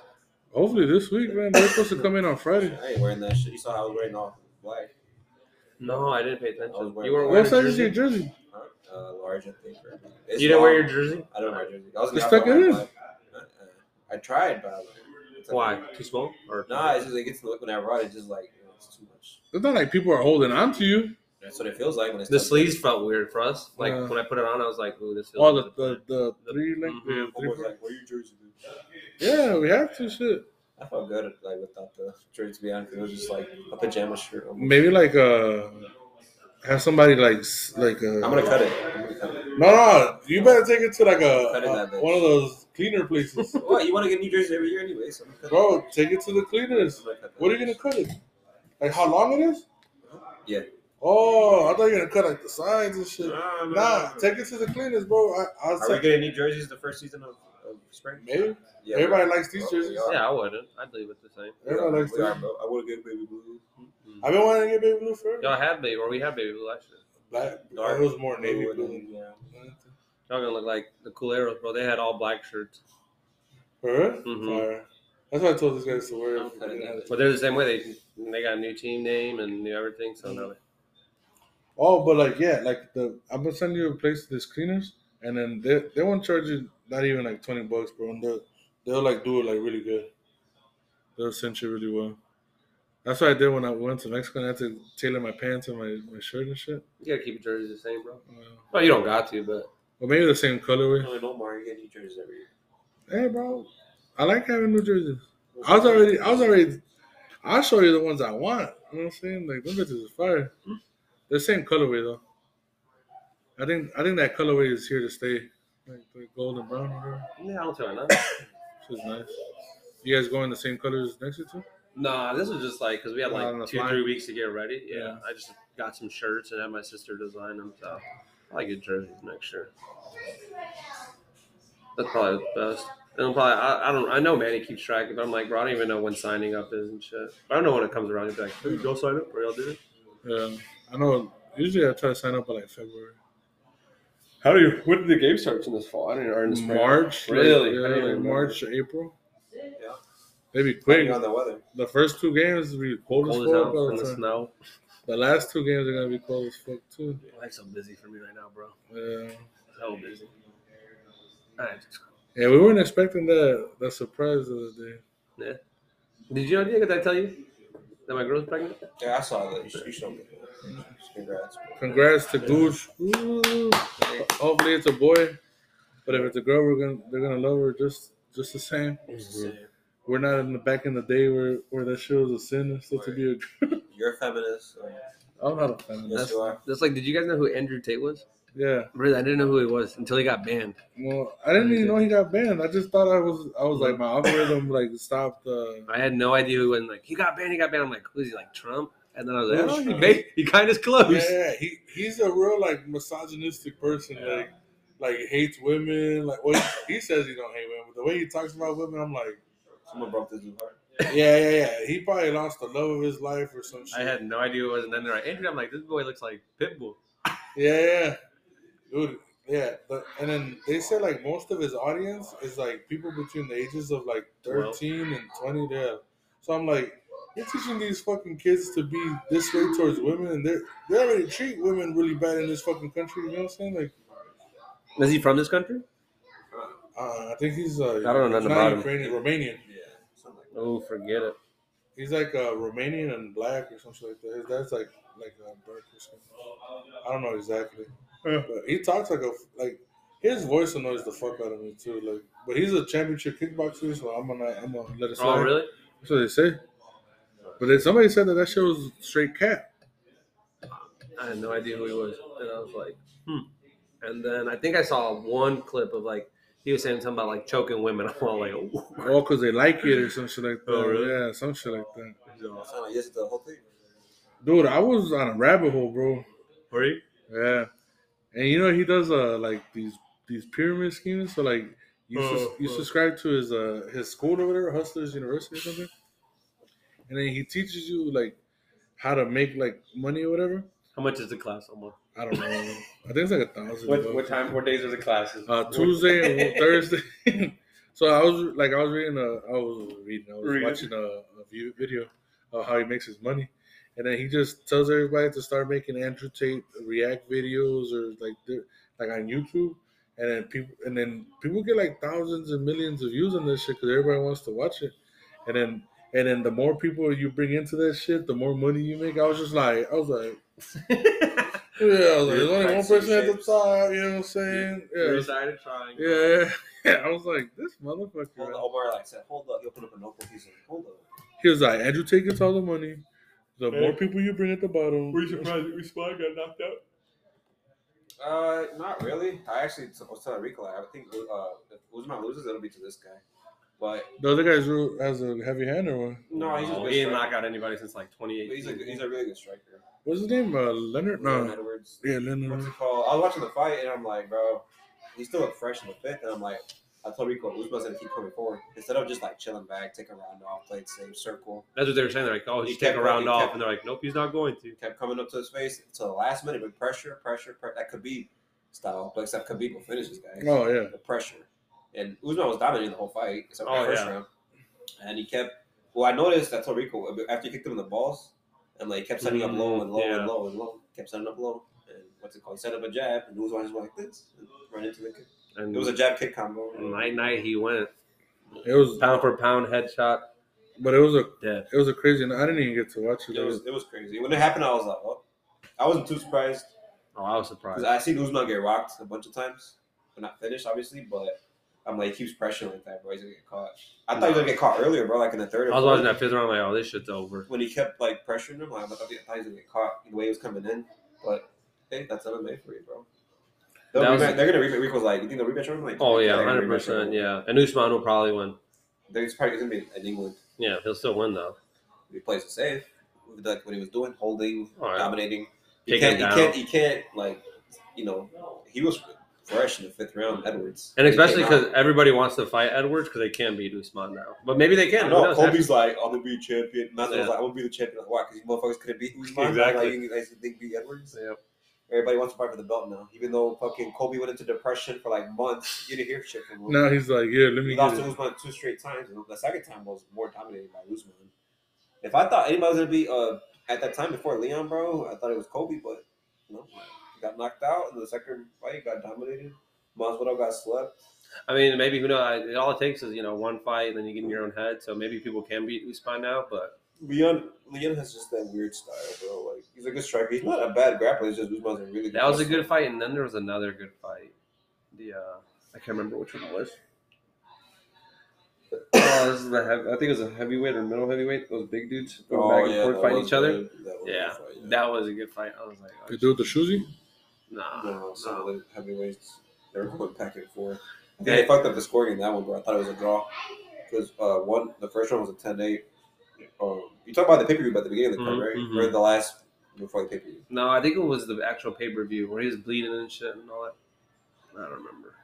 Hopefully this week, man. They're supposed to come in on Friday.
I ain't wearing that shit. You saw how I was wearing all black.
No, I didn't pay attention.
I was wearing-
You weren't
Oh, What
wearing
size
your
is your
jersey.
jersey?
Huh? Uh, large, I think. or- It's
You didn't wear your
long.
jersey?
I don't wear jersey. I
It's
was I was
stuck
wearing
in.
black. Uh-uh. I tried, but I was like, it's like-
Why? Too small? Or
Nah, it's just it gets to look when I run. It's just like you know, it's too much.
It's not like people are holding on to you.
That's what it feels like when it's
the
stuck in.
sleeves felt weird for us. Like
Yeah.
when I put it on, I was like, "Ooh, this." feels
Oh, the
good.
the, the mm-hmm. three link.
Mhm.
the
Homeboy's
three-
like, "Where your jersey, dude?"
Yeah, we have to shit.
I felt good like without the jersey. To be honest, it was just like a pajama shirt. almost.
Maybe like uh, have somebody like s- like uh.
I'm gonna cut it. I'm gonna cut it.
No, no, you better take it to like a,
Cut it that
a-
bitch.
one of those cleaner places,
What you want to get new jerseys every year anyway? So I'm gonna cut it.
bro. Take it to the cleaners.
I'm gonna cut that
What are you
bitch.
gonna cut it? Like how long it is?
Yeah.
Oh, I thought you were gonna cut like the sides and shit.
Nah, nah,
Nah,
nah.
take it to the cleaners, bro. I, I'll
Are we
say
getting new jerseys the first season of, of spring?
maybe.
Yeah,
Everybody
bro.
likes these
Well,
jerseys.
we are.
Yeah, I wouldn't. I'd leave it the same.
We are,
Everybody likes
we are,
these.
bro. I would get baby blue.
Mm-mm.
I've been wanting to get baby blue forever.
Y'all had baby, or we had baby blue last year.
Black,
Dark
it was more navy
and
blue.
then, yeah.
Y'all gonna look like the cool arrows, bro. They had all black shirts,
For real?
Mhm.
Fire. That's what I told these guys to wear.
I'm
if we didn't
cutting
have it.
but they're the same way. They they got a new team name and new everything. So now
Oh, but like yeah, like the I'm gonna send you a place to this cleaners, and then they they won't charge you not even like twenty bucks, bro. And they'll they'll like do it like really good. They'll send you really well. That's what I did when I went to Mexico. and I had to tailor my pants and my, my shirt and shit.
you gotta keep your jerseys the same, bro.
Uh,
Well, you don't got to, but
Or maybe the same colorway.
No, no more. You get new jerseys every year.
Hey, bro, I like having New Jersey. I was already, I was already, I'll show you the ones I want. You know what I'm saying? Like them bitches is fire. The same colorway though. I think I think that colorway is here to stay. Like the gold and brown or whatever.
yeah, I don't care enough.
It's nice. You guys going the same colors next year too?
Nah, this was just like because we had
Not on the
like two,
fly.
three weeks to get ready. Yeah,
Yeah.
I just got some shirts and had my sister design them. So I like get jerseys next year. That's probably the best. And I'm probably I, I don't I know Manny keeps track of. it. I'm like, bro, I don't even know when signing up is and shit. But I know when it comes around. He'll be like, hey, go sign up or y'all do it.
Yeah. I know. Usually I try to sign up by like February.
How do you? When did the game starts in this fall? I don't know. In the spring.
March, like-
Really? I
yeah,
didn't
like
remember.
March, or April.
Yeah.
They be
Depending
quick.
on the weather.
The first two games will be cold,
Cold
as
as hell
fuck. by
from
the
the
time.
snow.
The last two games are gonna be cold as fuck too.
Life's so busy for me right now, bro.
Yeah.
So busy. All right.
Yeah, we weren't expecting that that surprise uh, the other day.
Did you? Did I tell you that my girl's pregnant?
Yeah, I saw that. You, sh- you showed me. Congrats.
Congrats to Gooch. Woo. Hopefully it's a boy, but if it's a girl, we're gonna they're gonna love her just just the same. We're not in the back in the day where where that shit was a sin and stuff to be a girl.
You're a feminist. So
I'm not a feminist.
yes, you are.
That's Oh, like, did you guys know who Andrew Tate was?
Yeah.
Really, I didn't know who he was until he got banned.
Well, I didn't even know he got banned. I just thought I was I was like my algorithm like stopped. Uh,
I had no idea who he was. Like, he got banned. He got banned. I'm like, who's he? Like Trump? And then I was like,
Who's
oh, he,
Trump?
may, he kind of is close.
yeah, he he's a real like misogynistic person. Like like hates women. Like well, he, he says he don't hate women, but the way he talks about women, I'm like.
Someone broke this dude's heart.
yeah, yeah, yeah. He probably lost the love of his life or some shit.
I had no idea who it was. And then they're like, Andrew, I'm like, this boy looks like Pitbull.
yeah, yeah, dude. Yeah, but, and then they said like most of his audience is like people between the ages of like
Twelve.
thirteen and twenty. Yeah, so I'm like, you're teaching these fucking kids to be this way towards women, and they're they already treat women really bad in this fucking country. You know what I'm saying? Like,
Is he from this country?
uh, I think he's uh,
I don't know nothing
he's
about
not
him.
Ukrainian, Romanian.
Yeah. Something like
Oh, forget it.
He's like uh, Romanian and black or something like that. His dad's like like uh, dark or something. I don't know exactly, but he talks like a like his voice annoys the fuck out of me too. Like, but he's a championship kickboxer, so I'm gonna I'm gonna let it slide.
Oh, really?
That's what they say. But then somebody said that that show was straight cat.
I had no idea who he was. And I was like, hmm. And then I think I saw one clip of like, he was saying something about like choking women. I'm all like, oh.
All because they like it or some shit like that.
Oh, really?
Yeah, some shit like that.
that. Sound like yes, the whole thing.
Dude, I was on a rabbit hole, bro.
Were you?
Yeah, and you know he does uh like these these pyramid schemes. So like you sus-
Oh,
you
fuck.
subscribe to his uh his school or whatever, Hustlers University or something, and then he teaches you like how to make like money or whatever.
How much is the class, Omar?
I don't know. I think it's like a thousand.
What,
bucks.
what time? What days are the classes?
Uh, Tuesday and Thursday. so I was like, I was reading, a, I was reading, I was
Reading.
watching a, a view, video of how he makes his money, and then he just tells everybody to start making Andrew Tate react videos or like di- like on YouTube, and then people and then people get like thousands and millions of views on this shit because everybody wants to watch it, and then. And then the more people you bring into that shit, the more money you make. I was just like, I was like, yeah, I was like, there's only one person at the top. You know what I'm saying? Yeah,
Three sided triangle.
yeah, yeah. I was like, this motherfucker.
Hold up, Omar like said, hold up. You open up a notebook. He's like, hold up.
He was like, Andrew Tate gets all the money. The
Hey.
more people you bring at the bottom,
surprised we squad got knocked out?
Uh, not really. I actually t- was telling Rico, I think uh, if Uzman loses, it'll be to this guy. But
the other guy's real has a heavy hand or what?
no, he's just a
Oh,
good
he didn't
striker.
knock out anybody since like
But He's a,
2018.
he's a really good striker.
What's his name? Uh, Leonard?
Leon
No.
Edwards.
Yeah,
What's
Leonard.
it called? I was watching the fight and I'm like, bro, he's still up fresh in the fifth. And I'm like, I told Rico, Uzman's gonna keep coming forward instead of just like chilling back, take a round off, play it safe, circle.
That's what they were saying. They're like, oh,
He
he's take
kept-
a round
he
off,
kept-
and they're like, nope, he's not going to.
kept coming up to his face until the last minute with pressure, pressure, pressure. That Khabib style, but except Khabib will finish this guy.
Oh yeah.
The pressure. And Usman was dominating the whole fight, except for
Oh,
the first
yeah.
round. And he kept, well, I noticed that Torrico, after he kicked him in the balls, and like kept setting up
Mm,
low and low
yeah.
and low and low, kept setting up low. And what's it called? He set up a jab, and Usman just went like this, and ran into the kick.
And
It was a jab kick combo.
night night he went
It was,
pound for pound headshot.
but it was a,
Dead.
it was a crazy. I didn't even get to watch it.
It was, it was crazy. When it happened, I was like, oh. I wasn't too surprised.
Oh, I was
Because
surprised.
I seen Usman get rocked a bunch of times, but not finished, obviously. But I'm like, he keeps pressuring like that, bro. He's gonna get caught. I thought he was gonna get caught earlier, bro. Like in the third. Or
I was watching
fourth.
that fifth round, like, oh, this shit's over.
when he kept like pressuring him. Like, I thought he was gonna get caught the way he was coming in. But hey, that's MMA for you, bro. They'll
That was-
rematch- they're gonna rematch. Rico's like, you think they'll rematch him? I'm Like,
Oh yeah,
they're gonna
hundred
rematch
percent.
him.
Yeah, and Usman will probably win.
They're- It's probably gonna be in England.
Yeah, he'll still win though.
If He plays it safe. with, Like what he was doing, holding,
All right.
dominating. He
Take him
can't, he
down.
can't. He can't. Like, you know, he was fresh in the fifth round, Edwards.
And
He came
especially
out.
because everybody wants to fight Edwards because they can beat Usman now. But maybe they can.
I
Who
know
knows? That'd be-
Kobe's like, I'm gonna be a champion. Man's
Yeah.
was like, I'm gonna be the champion. Like, why? Because you motherfuckers couldn't beat Usman.
Exactly.
Like, you guys think beat Edwards.
Yep.
Everybody wants to fight for the belt now. Even though fucking Kobe went into depression for like months, you didn't hear shit from him.
Now he's like, yeah, let me
he lost
get
to
it.
Usman two straight times. and The second time was more dominated by Usman. If I thought anybody was gonna be uh at that time before Leon, bro, I thought it was Kobe, but you know, he got knocked out in the second fight, he got dominated. Masvidal got slept.
I mean, maybe who knows? All it takes is you know one fight, and then you get in your own head. So maybe people can beat Usman now. But
Leon Leon has just that weird style, bro. Like he's a good striker. He's not a bad grappler. He's just Usman's a really good.
that was a
wrestler.
good fight, and then there was another good fight. The uh, I can't remember which one it was. Oh, this is the heavy, I think it was a heavyweight or middle heavyweight. Those big dudes going back and forth
Oh, that
fighting
was
each other.
good. That was a
Yeah,
good fight, yeah.
That was a good fight. I was like, oh,
The dude with the shoesy.
nah,
No, some of
nah.
the heavyweights they were going back and forth. I think
Hey.
they fucked up the scoring in that one, bro. I thought it was a draw because uh, one the first round was a 10-8. Um, you talk about the pay per view at the beginning of the card,
Mhm,
right?
mhm.
Or the last before the pay per view.
no. I think it was the actual pay per view where he was bleeding and shit and all that. I don't remember.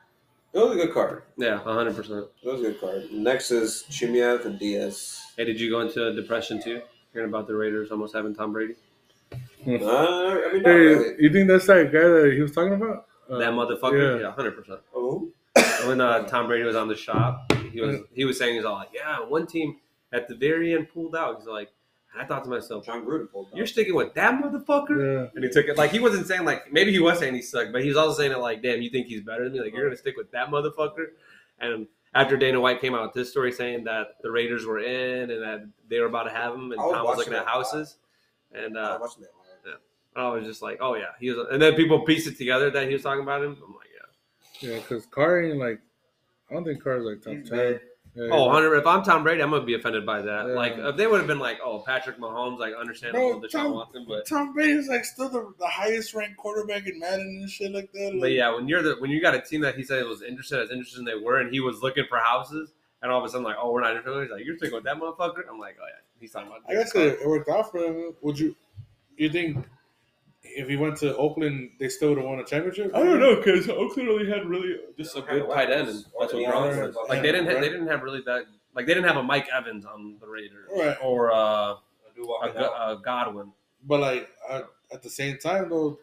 It was a good card.
Yeah, hundred percent.
It was a good card. Next is Chimiev and Diaz.
Hey, did you go into depression too? Hearing about the Raiders almost having Tom Brady? Mm-hmm.
Uh, I mean, not
Hey,
really.
you think that's that guy that he was talking about? Uh,
that motherfucker?
yeah.
Yeah, hundred percent.
Oh,
When uh, Tom Brady was on the shop, he was he was saying he's all like, "Yeah, one team at the very end pulled out." He's like, "I thought to myself,
John Gruden pulled out.
you're sticking with that motherfucker."
Yeah.
And he took it like he wasn't saying like maybe he was saying he sucked, but he was also saying it like, damn, you think he's better than me? Like you're gonna stick with that motherfucker. And after Dana White came out with this story saying that the Raiders were in and that they were about to have him, and
I was
Tom was looking
watching
at
that.
houses, and
I
uh,
was watching that. live.
I was just like, oh yeah, he was. And then people pieced it together that he was talking about him. I'm like, yeah,
Yeah, because Carr ain't like, I don't think Carr's like top
He's
ten. Yeah,
oh, 100. If I'm Tom Brady, I'm gonna be offended by that.
Yeah.
Like if they would have been like, oh, Patrick Mahomes, like
Bro,
understandable, Deshaun
Tom-
Watson, but.
Tom Brady's like still the, the highest ranked quarterback in Madden and shit like that.
But yeah, when you're the when you got a team that he said was interested as interested in they were, and he was looking for houses, and all of a sudden like, oh, we're not interested. He's like, you're sticking with that motherfucker. I'm like, oh yeah, he's talking about.
I guess it, it worked out for him. Would you? You think if he went to Oakland, they still would have won a championship?
I don't know because Oakland really had really just a
They had
good.
a
tight end. and That's what Gronk was. Like they didn't have, they didn't have really that. Like they didn't have a Mike Evans on the Raiders
Right.
or uh,
I do
a,
walk it
Go-
out.
a Godwin.
But like I, at the same time though,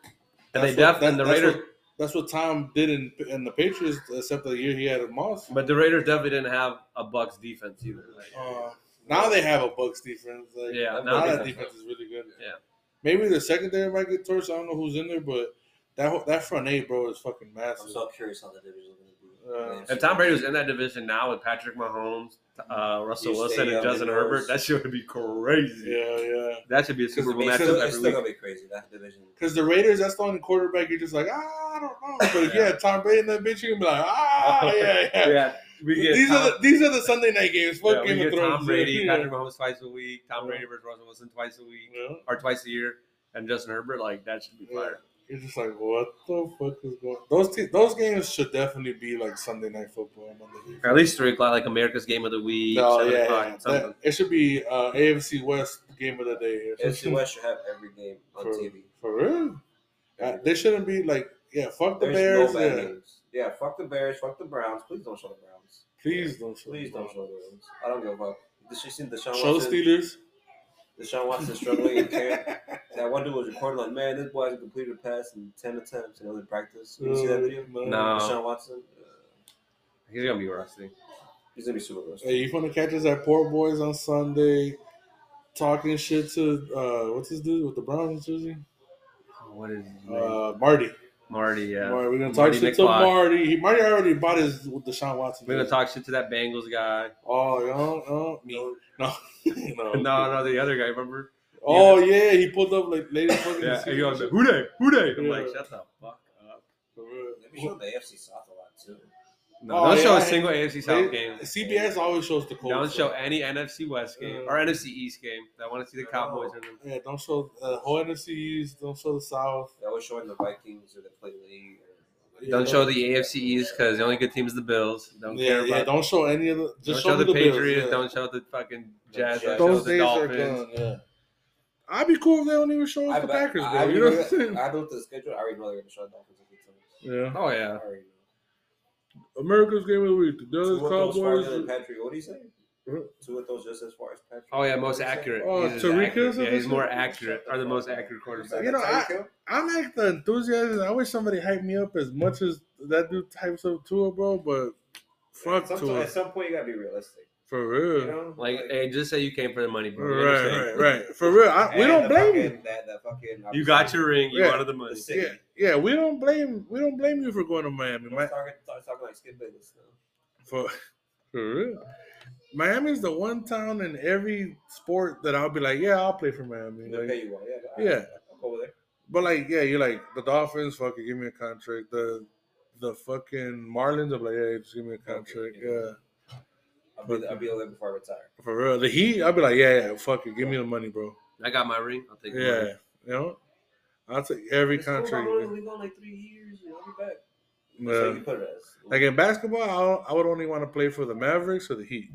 And they
that's what-
def- and the
that's
Raiders,
What, that's what Tom did in in the Patriots, except the year he had a Moss.
but the Raiders definitely didn't have a Bucks defense either. Like,
Uh, now they have a Bucks defense. Like,
Yeah,
now,
now they
that
have-
defense is really good.
Yeah.
Maybe the secondary might get torched. I don't know who's in there, but that whole- that front eight, bro, is fucking massive.
I'm so curious how the division is
Uh,
going to be.
if Tom Brady was in that division now with Patrick Mahomes, uh, Russell
You
Wilson,
stay
and
up
Justin
in
Herbert,
those.
that shit would be crazy.
yeah, yeah.
That should be a
Because
Super Bowl
it's
matchup
still, it's
every
still
week.
gonna be crazy that division.
Because the Raiders, that's the only quarterback you're just like, ah, I don't know. But if you
Yeah.
had Tom Brady in that bitch, you're gonna be like, ah, yeah, yeah.
Yeah, we get
these
Tom,
are the these are the Sunday night games. Fuck
yeah, we
Game of
get
Thrones.
Tom Brady,
yeah.
Patrick Mahomes twice a week, Tom
Yeah.
Brady versus Russell Wilson twice a week
Yeah.
or twice a year, and Justin Herbert. Like that should be fire.
You're just like, what the fuck is going? Those te- those games should definitely be like Sunday night football. and Monday night
Or at least three o'clock, like America's Game of the Week.
No,
seven
Oh, yeah,
o'clock,
yeah.
something.
That- it should be uh, AFC West game of the day. Or
AFC
something.
West should have every game on
For-
TV.
for real. Uh, they shouldn't be like, yeah, fuck the
There's
Bears.
no bad
yeah.
games. Yeah, fuck the Bears, fuck the Browns. Please don't show the Browns.
Please don't. show
Please
the
don't show the Browns. I don't give a fuck. Did you see
Show
Deshaun
the
Watson?
Steelers.
Deshaun Watson struggling in camp. That one dude was recording like, man, this boy hasn't completed a pass in ten attempts and only practice. You see that video?
No.
Deshaun Watson. Uh,
He's gonna be rusty.
he's gonna be super roasted.
Hey, you gonna catch us at Poor Boys on Sunday, talking shit to uh, what's this dude with the Browns jersey?
Oh, what is his name?
Uh, Marty.
Marty? Yeah,
Marty. We're gonna talk
Marty
shit to
McFly.
Marty. He, Marty already bought his with Deshaun Watson.
we're gonna
jersey.
talk shit to that Bengals guy.
Oh, you know, oh, me. No, no,
No, no, the other guy. Remember?
Oh yeah, he pulled up like later. fucking
Yeah, and he was
season.
like, "Who they? Who they?" I'm like,
Yeah.
"Shut the fuck up."
For real.
They be showing the AFC South a lot too.
No,
Oh,
don't
yeah,
show
I-
a single AFC
They-
South game.
CBS always shows the Colts.
Don't show
though.
any NFC West game
Yeah.
or NFC East game. I want to see the
No.
Cowboys in them.
Yeah, don't show uh, whole NFC East. Don't show the South.
They always showing the Vikings or they play league. Or,
Yeah,
Don't show the AFC East because the only good team is the Bills. Don't
yeah,
care
yeah.
about.
Don't show any of the.
Don't,
Just
show the,
Bills,
Patriots.
yeah.
Don't show the fucking Jazz. Don't show
Those
the
days are
Dolphins.
gone. Yeah. I'd be cool if they don't even show us
I
the
bet-
Packers,
I-
bro.
I
you know what I'm saying?
I looked at the schedule. I already know they're gonna show the Dolphins a few times.
Yeah.
Oh
I
yeah.
already know.
America's game of the week. The Dallas
Two of those farther than
Cowboys.
Patrick. What do you say?
Huh?
Two of those just as far as Patrick.
Oh yeah, most
What do you say?
accurate.
Oh,
he's
Tariq
accurate.
Hill?
Yeah, he's more accurate. Are the most accurate quarterback.
You know, I-
Tyreek Hill?
I'm like the enthusiasm. I wish somebody hyped me up as much as that dude hypes up Tua, bro. But fuck
Sometimes-
Tua
At some point, you gotta be realistic.
for
You
real.
know,
Like, hey, just say you came for the money, bro. You
Right,
understand?
right, right. For real, I, we
and
don't
the
blame
fucking,
eh, you.
That, that fucking,
You got your ring. You
Yeah.
wanted the money.
The
Yeah, yeah, we don't blame we don't blame you for going to Miami.
I'm
Mi-
talking, talking, talking like Skip Bayless now.
for for real, Miami's the one town in every sport that I'll be like, yeah, I'll play for Miami.
They'll
Like,
pay you well. Yeah.
yeah,
I'll go over there.
but like, yeah, you're like the Dolphins, fucking give me a contract. The the fucking Marlins, I'm like, yeah, just give me a contract.
yeah.
Yeah,
I'll be, I'll be over there before I retire.
for real. The Heat, I'll be like, yeah, yeah, fuck it, give me the money, bro.
I got my ring. I'll take. the
Yeah,
money.
you know, I'll take every contract. you
Cool, I'm
get.
only gone like three years. and I'll be back.
Yeah.
So you can put it as.
Like in basketball, I'll, I would only want to play for the Mavericks or the Heat,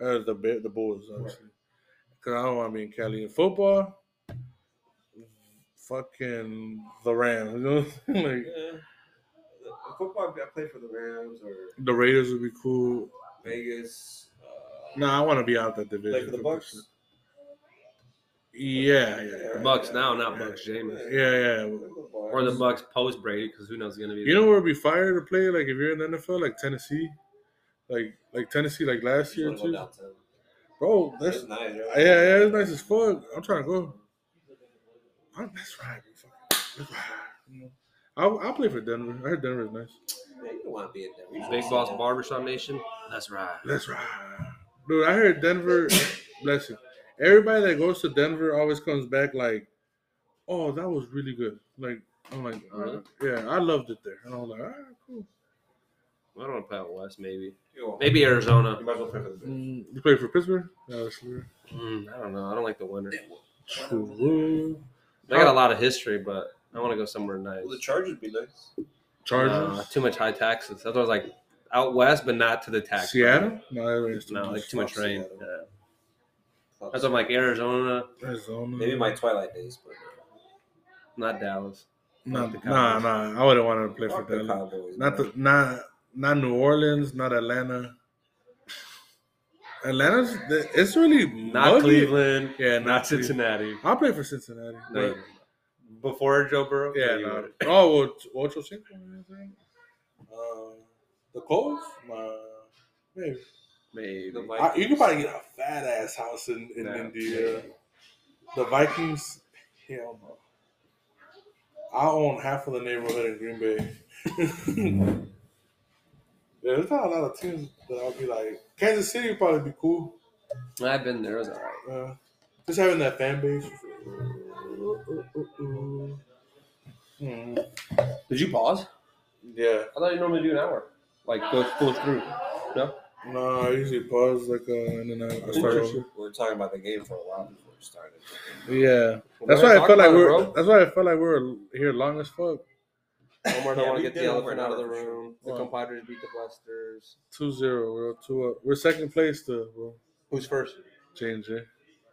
or the Bear- the Bulls, obviously, because I don't want to be in Cali. In football, fucking the Rams, you know, like
yeah. Football, I play for the Rams or
the Raiders would be cool.
Vegas. Uh,
No, I want to be out that division.
play for the Bucks.
Yeah, yeah, yeah.
The Bucks now, not Bucks Jameis,
yeah, yeah.
or the Bucks post Brady, because who knows who's gonna be.
You know where it'd be fire to play? Like if you're in the NFL, like Tennessee, like like Tennessee, like last year too. Bro, that's
That's nice.
yeah, yeah, it's nice as fuck. I'm trying to go. i that's right. That's right. You know, I'll, I'll play for Denver. I heard Denver's nice.
Yeah, you don't want to be in there. You
there.
just
Big
wanna
Boss
sit down.
Barbershop Nation. That's right.
That's right. Dude, I heard Denver. bless you. Everybody that goes to Denver always comes back like, oh, that was really good. Like, I'm like,
Really?
yeah, I loved it there. And I was like, all right, cool.
I don't want to play out west. Maybe,
You won't.
maybe Arizona.
You might as well play for the Bears.
Mm, you play for Pittsburgh? Yeah, that's true.
Mm, I don't know. I don't like the winter.
True.
They got a lot of history, but I want to go somewhere nice.
Well, the Chargers be nice.
Nah,
Chargers?
too much high taxes. That's what I was like, out west, but not to the tax.
Seattle? No, that ain't
No, like too much
Fuck
rain.
Seattle.
Yeah. That's what I'm like. Arizona,
Arizona.
Maybe my twilight days, but
not Dallas.
No,
Fuck the
nah,
Cowboys.
nah. I wouldn't want to play for
Fuck the
Dallas.
Cowboys.
Not
man.
the not not New Orleans, not Atlanta. Atlanta's it's really
Not
muggy.
Cleveland.
Yeah,
Not
not Cleveland.
Cincinnati.
I'll play for Cincinnati.
No,
but-
you wouldn't. Before Joe Burrow.
Yeah,
you
no.
wouldn't.
Oh, well, t- Ocho Cinco. you know what I'm saying? Uh, the Colts? Nah, maybe.
Maybe.
The
I, you
Vikings.
could probably get a fat ass house in, in
No.
India. The Vikings? Hell no. I own half of the neighborhood in Green Bay. yeah, there's not a lot of teams that I'll be like. Kansas City would probably be cool.
I've been there. It was all right.
Uh, just having that fan base. Mm,
Did you pause?
yeah.
I thought you normally do an hour. Like go full through. No?
No, I usually pause like uh, and then I, I
We
start
were,
over.
we were talking about the game for a while before we started.
Yeah,
Well,
that's
we're
why I
talking
felt like
about it,
we're.
bro.
That's why I felt like we we're here long as fuck.
Omar don't
Yeah,
want
we
to get the
did
elephant
Omar
out of the
for sure.
room. The
Wow.
compadres beat the Blasters.
2-0, we're up two up. We're second place though, bro.
Who's first?
Change it.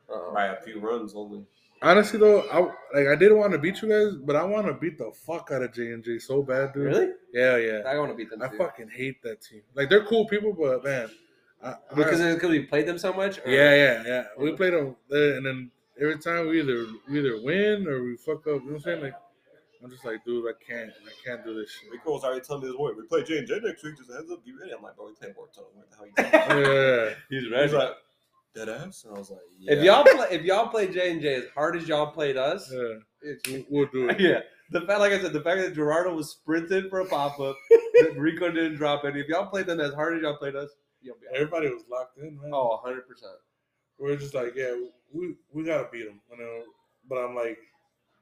Uh-oh.
By a few runs only.
Honestly though, I like I did want to beat you guys, but I want to beat the fuck out of J and J so bad, dude.
Really?
Yeah, yeah.
I want to beat them
I
too.
fucking hate that team. Like they're cool people, but man, I,
Because
I,
it's because we played them so much. or-
yeah, yeah, yeah. We played them, there, and then every time we either we either win or we fuck up. You know what I'm saying? Like I'm just like, dude, I can't, I can't do this shit.
Rico's already telling me this word. We play J and J next week. Just a heads up, be ready. I'm like, bro, we play Wartone. What the hell you talking
Yeah.
He's
about? He's
right.
like, dead ass. And I was like, yeah.
If y'all play, if y'all play J and J as hard as y'all played us,
yeah.
it's-
We- We'll do it.
yeah. The fact, like I said, the fact that Gerardo was sprinting for a pop up, Rico didn't drop any. If y'all played them as hard as y'all played us, you'll be out.
Everybody was locked in, man.
oh, 100 percent.
We We're just like, yeah, we we gotta beat them, you know. But I'm like,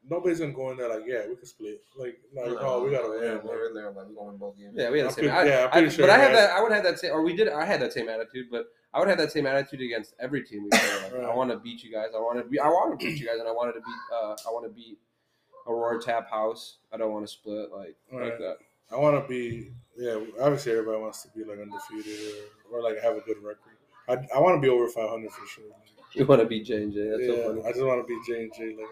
nobody's gonna go in there like, yeah, we can split. Like, like, oh, we gotta
yeah,
win.
We're in there. Like, we're going to both games.
Yeah, we had the
I'm
same.
pretty-
I,
yeah, I'm
I,
pretty sure
but I
you
had
had-
that. I would have that same, or we did. I had that same attitude, but I would have that same attitude against every team. We played. Like, I
Right.
want to beat you guys. I want to be. I want to beat you guys, and I wanted to beat. Uh, I want to beat Aurora Tap House. I don't want to split like like
Right.
that.
I want to be, yeah. Obviously, everybody wants to be like undefeated or, or like have a good record. I, I want to be over 500 for sure.
You want to beat J and J. That's
yeah,
so funny.
I just want to be J and J. Like,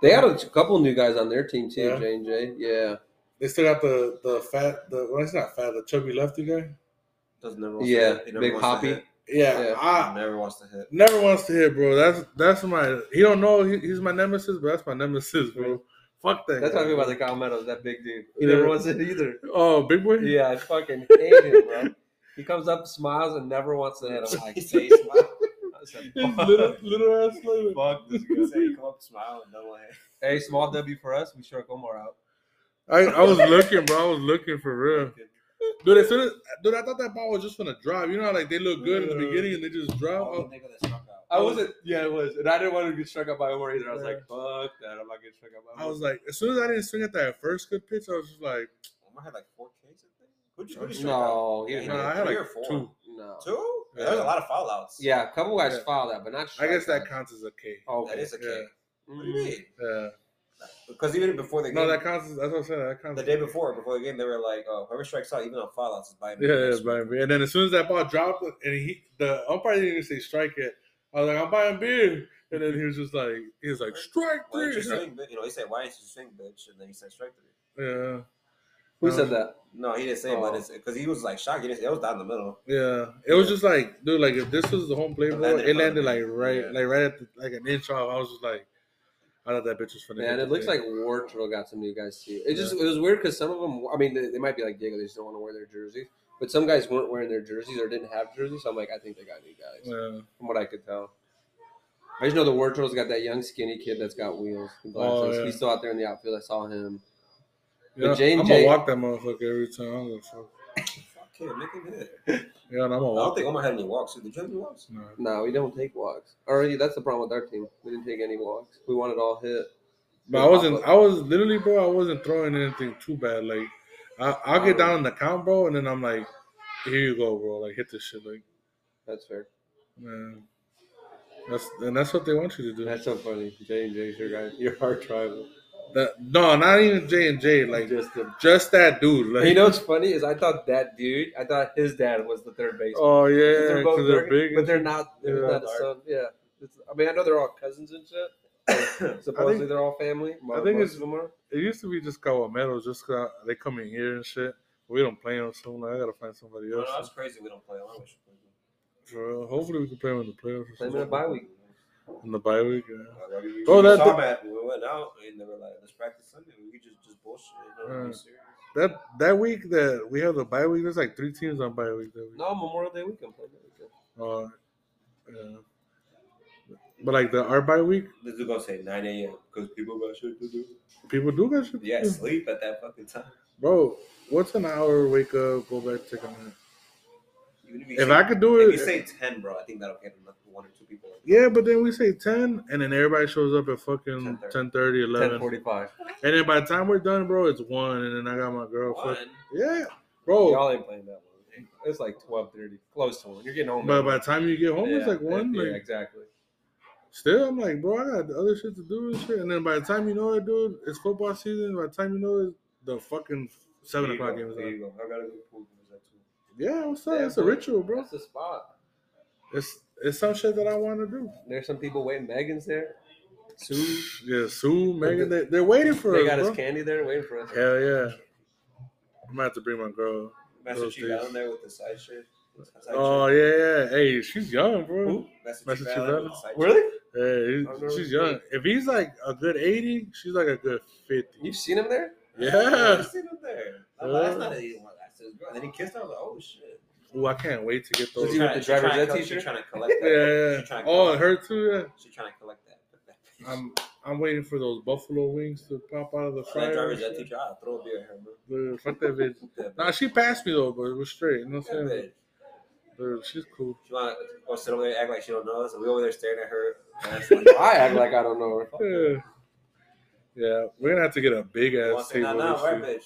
They got a couple new guys on their team too.
Yeah.
J and J. Yeah.
they still got the the fat, the well, it's not fat, the chubby lefty guy.
Doesn't never wants
Yeah,
to hit. He never
Big
wants to
Poppy.
hit.
Yeah,
Yeah.
I
never wants to hit.
never wants to hit, bro. That's that's my. He don't know he, he's my nemesis, but that's my nemesis, bro. Fuck that.
That's
guy,
talking about
bro.
the Calmettos, that big dude.
He
He never
never
wants it either.
Oh, big boy.
Yeah, I fucking hate him, bro. He comes up, smiles, and never wants to hit him. Like, say smile. I said,
His
"Fuck."
little little ass like,
Fuck this guy. Say, come up, smile, and double hit.
Hey, small W for us. We shook Omar out.
I, I was looking, bro. I was looking for real. Dude, as soon as, dude, I thought that ball was just gonna drop. You know how like they look good in the beginning and they just drop.
Oh,
Oh,
the nigga that struck out.
I wasn't. Yeah, it was, and I didn't want to get struck out by Omar either. I was like, "Fuck that! I'm not getting struck out by."
I
Omar.
was like, as soon as I didn't swing at that first good pitch, I was just like,
Omar had like four Ks, I think. Who'd you, who'd you strike out?
no, he didn't
no, I had
Three
like
or four?
two.
no.
Two? There was a lot of foul outs.
Yeah, a couple guys
Yeah.
filed that, but not.
I guess that
strikeouts.
counts as a K.
Oh,
That
okay.
is a K. What do you
Mm.
mean?
Yeah.
Because even before the game,
No, that counts. As, that's what I said. That counts.
the day before, before the game, they were like, "Oh, whoever strikes out, even on fallouts, is buying."
Yeah, yeah, buying beer. And then as soon as that ball dropped, and he the umpire didn't even say strike it. I was like, I'm buying beer. And then he was just like, he was like, strike
Why didn't you
three.
swing, bitch? You know, he said, "Why didn't you swing, bitch?" And then he said, "Strike three.
Yeah,
Who said that?
No, he didn't say it,
Oh.
but it's because he was like shocked. He didn't, it was down the middle.
yeah. It was just like, dude, like if this was the home play
It
ball,
landed
it
in front
landed
of
like
me.
right,
Yeah.
like right at the, like an inch off. I was just like, I thought that bitch was funny.
Man, it looks like Wartrill got some new guys too. It
Yeah.
just it was weird because some of them. I mean, they, they might be like Diego. They just don't want to wear their jerseys. But some guys weren't wearing their jerseys or didn't have jerseys. So I'm like, I think they got new guys.
Yeah.
from what I could tell. I just know the War Turtles got that young skinny kid that's got wheels. and glasses.
Oh, yeah.
He's still out there in the outfield. I saw him.
Yeah,
Jane
I'm
Jay-
gonna walk that motherfucker every time. I'm gonna fuck.
Fuck yeah, make him hit.
Yeah, and I'm gonna
I don't
walk.
think Omar had any walks. Did you have any walks?
No.
No, we don't take walks. Already, that's the problem with our team. We didn't take any walks. We wanted all hit.
But I wasn't. I was literally, bro. I wasn't throwing anything too bad. Like, I, I'll get down in the count, bro, and then I'm like, here you go, bro. Like, hit this shit, like,
That's fair.
man. That's and that's what they want you to do.
That's so funny. J and J's your guy. Your hard tribal.
That, no, not even J and J. Like,
just the.
just that dude. Like,
You know what's funny is I thought that dude. I thought his dad was the third baseman.
oh yeah,
They're both
because they're
dirty,
big.
but they're not. They're
Yeah.
not a son. Yeah. It's- I mean, I know they're all cousins and shit. Supposedly
I think-
they're all family. Mo-
I think it's-
most of them are.
It used to be just Cawameros, just 'cause they come in here and shit. We don't play them soon. Like, I gotta find somebody
No,
Oh,
else.
no, that's crazy. We don't play. I wish we played.
For real. Hopefully we can play him in the playoffs. or
Play him
something.
in the bye week.
In the bye week, yeah.
Like, we,
Oh,
oh,
that-
that, saw that we went out and they were like, "Let's practice Sunday." We just just bullshit. You know,
Hmm.
Right.
be serious.
That that week that we have the bye week, there's like three teams on bye week that week.
No Memorial Day weekend. Play that
Uh,
weekend.
yeah. But like the our bye week,
This is gonna say 9 a.m. because people got shit to do.
people do got shit. to
Yeah,
do.
sleep at that fucking time.
Bro, what's an hour? Wake up, go back, take a nap.
Even if, you
If
say,
I could do
if
it,
you say 10, bro, I think that'll get enough for one or two people.
yeah. But then we say ten, and then everybody shows up at fucking
10:30.
10, 30, 11.
10:45.
and then by the time we're done, bro, it's one, and then I got my girl.
One.
Fuck, yeah, bro.
Y'all ain't playing that one. It's like 12:30, close to one. You're getting home.
But
at
by
one.
the time you get home, it's
Yeah,
like one.
Yeah,
like,
exactly.
Still, I'm like, bro, I got other shit to do and shit. And then by the time you know it, dude, it's football season. By the time you know it, the fucking seven
There you
o'clock
go,
game is
there
on.
you go. I gotta go pool games at two.
Yeah, what's up?
Yeah,
it's a
bro.
ritual, bro.
That's the spot.
It's it's some shit that I want to do.
There's some people waiting. Megan's there. Sue.
Yeah, Sue, Megan, they, they're waiting for
They
us,
got
bro.
his candy there waiting for us.
Hell yeah. I'm gonna have to bring my girl.
Master
Those
Chief
days.
Allen there with the side shit. Side
Oh
shit.
yeah, yeah. Hey, she's young, bro.
Who? Master,
Master
Chief
Chief
Allen.
Allen?
with the side shit.
Really?
Hey,
I've never
Uh, she's
seen
young. If he's like a good eighty, she's like a good fifty.
You've seen him there?
Yeah.
I've seen him there. I'm
Yeah.
like, that's not a That's his girl. And then he kissed her. I was like, oh shit.
Ooh, I can't wait to get
Was
those.
he
Yeah,
with the driver's ed
She's
teacher?
trying to collect that.
yeah.
She trying to
Oh,
collect-
and her too. Yeah.
She's trying to collect that.
I'm I'm waiting for those buffalo wings to pop out of the
that
fryer.
driver's ed teacher, I'll throw a beer at her, bro.
Dude, Fuck that bitch.
That
Nah, she passed me though, but it was straight. You know what I'm
bitch. That
saying?
bitch.
Dude, she's cool.
She want to go sit over there and act like she don't know us. And we over there staring at her. And that's like,
I act like I don't know her.
Yeah. Yeah, we're gonna have to get a big
"Well,
ass
say, nah,
table.
nah,
this
right,
year.
bitch.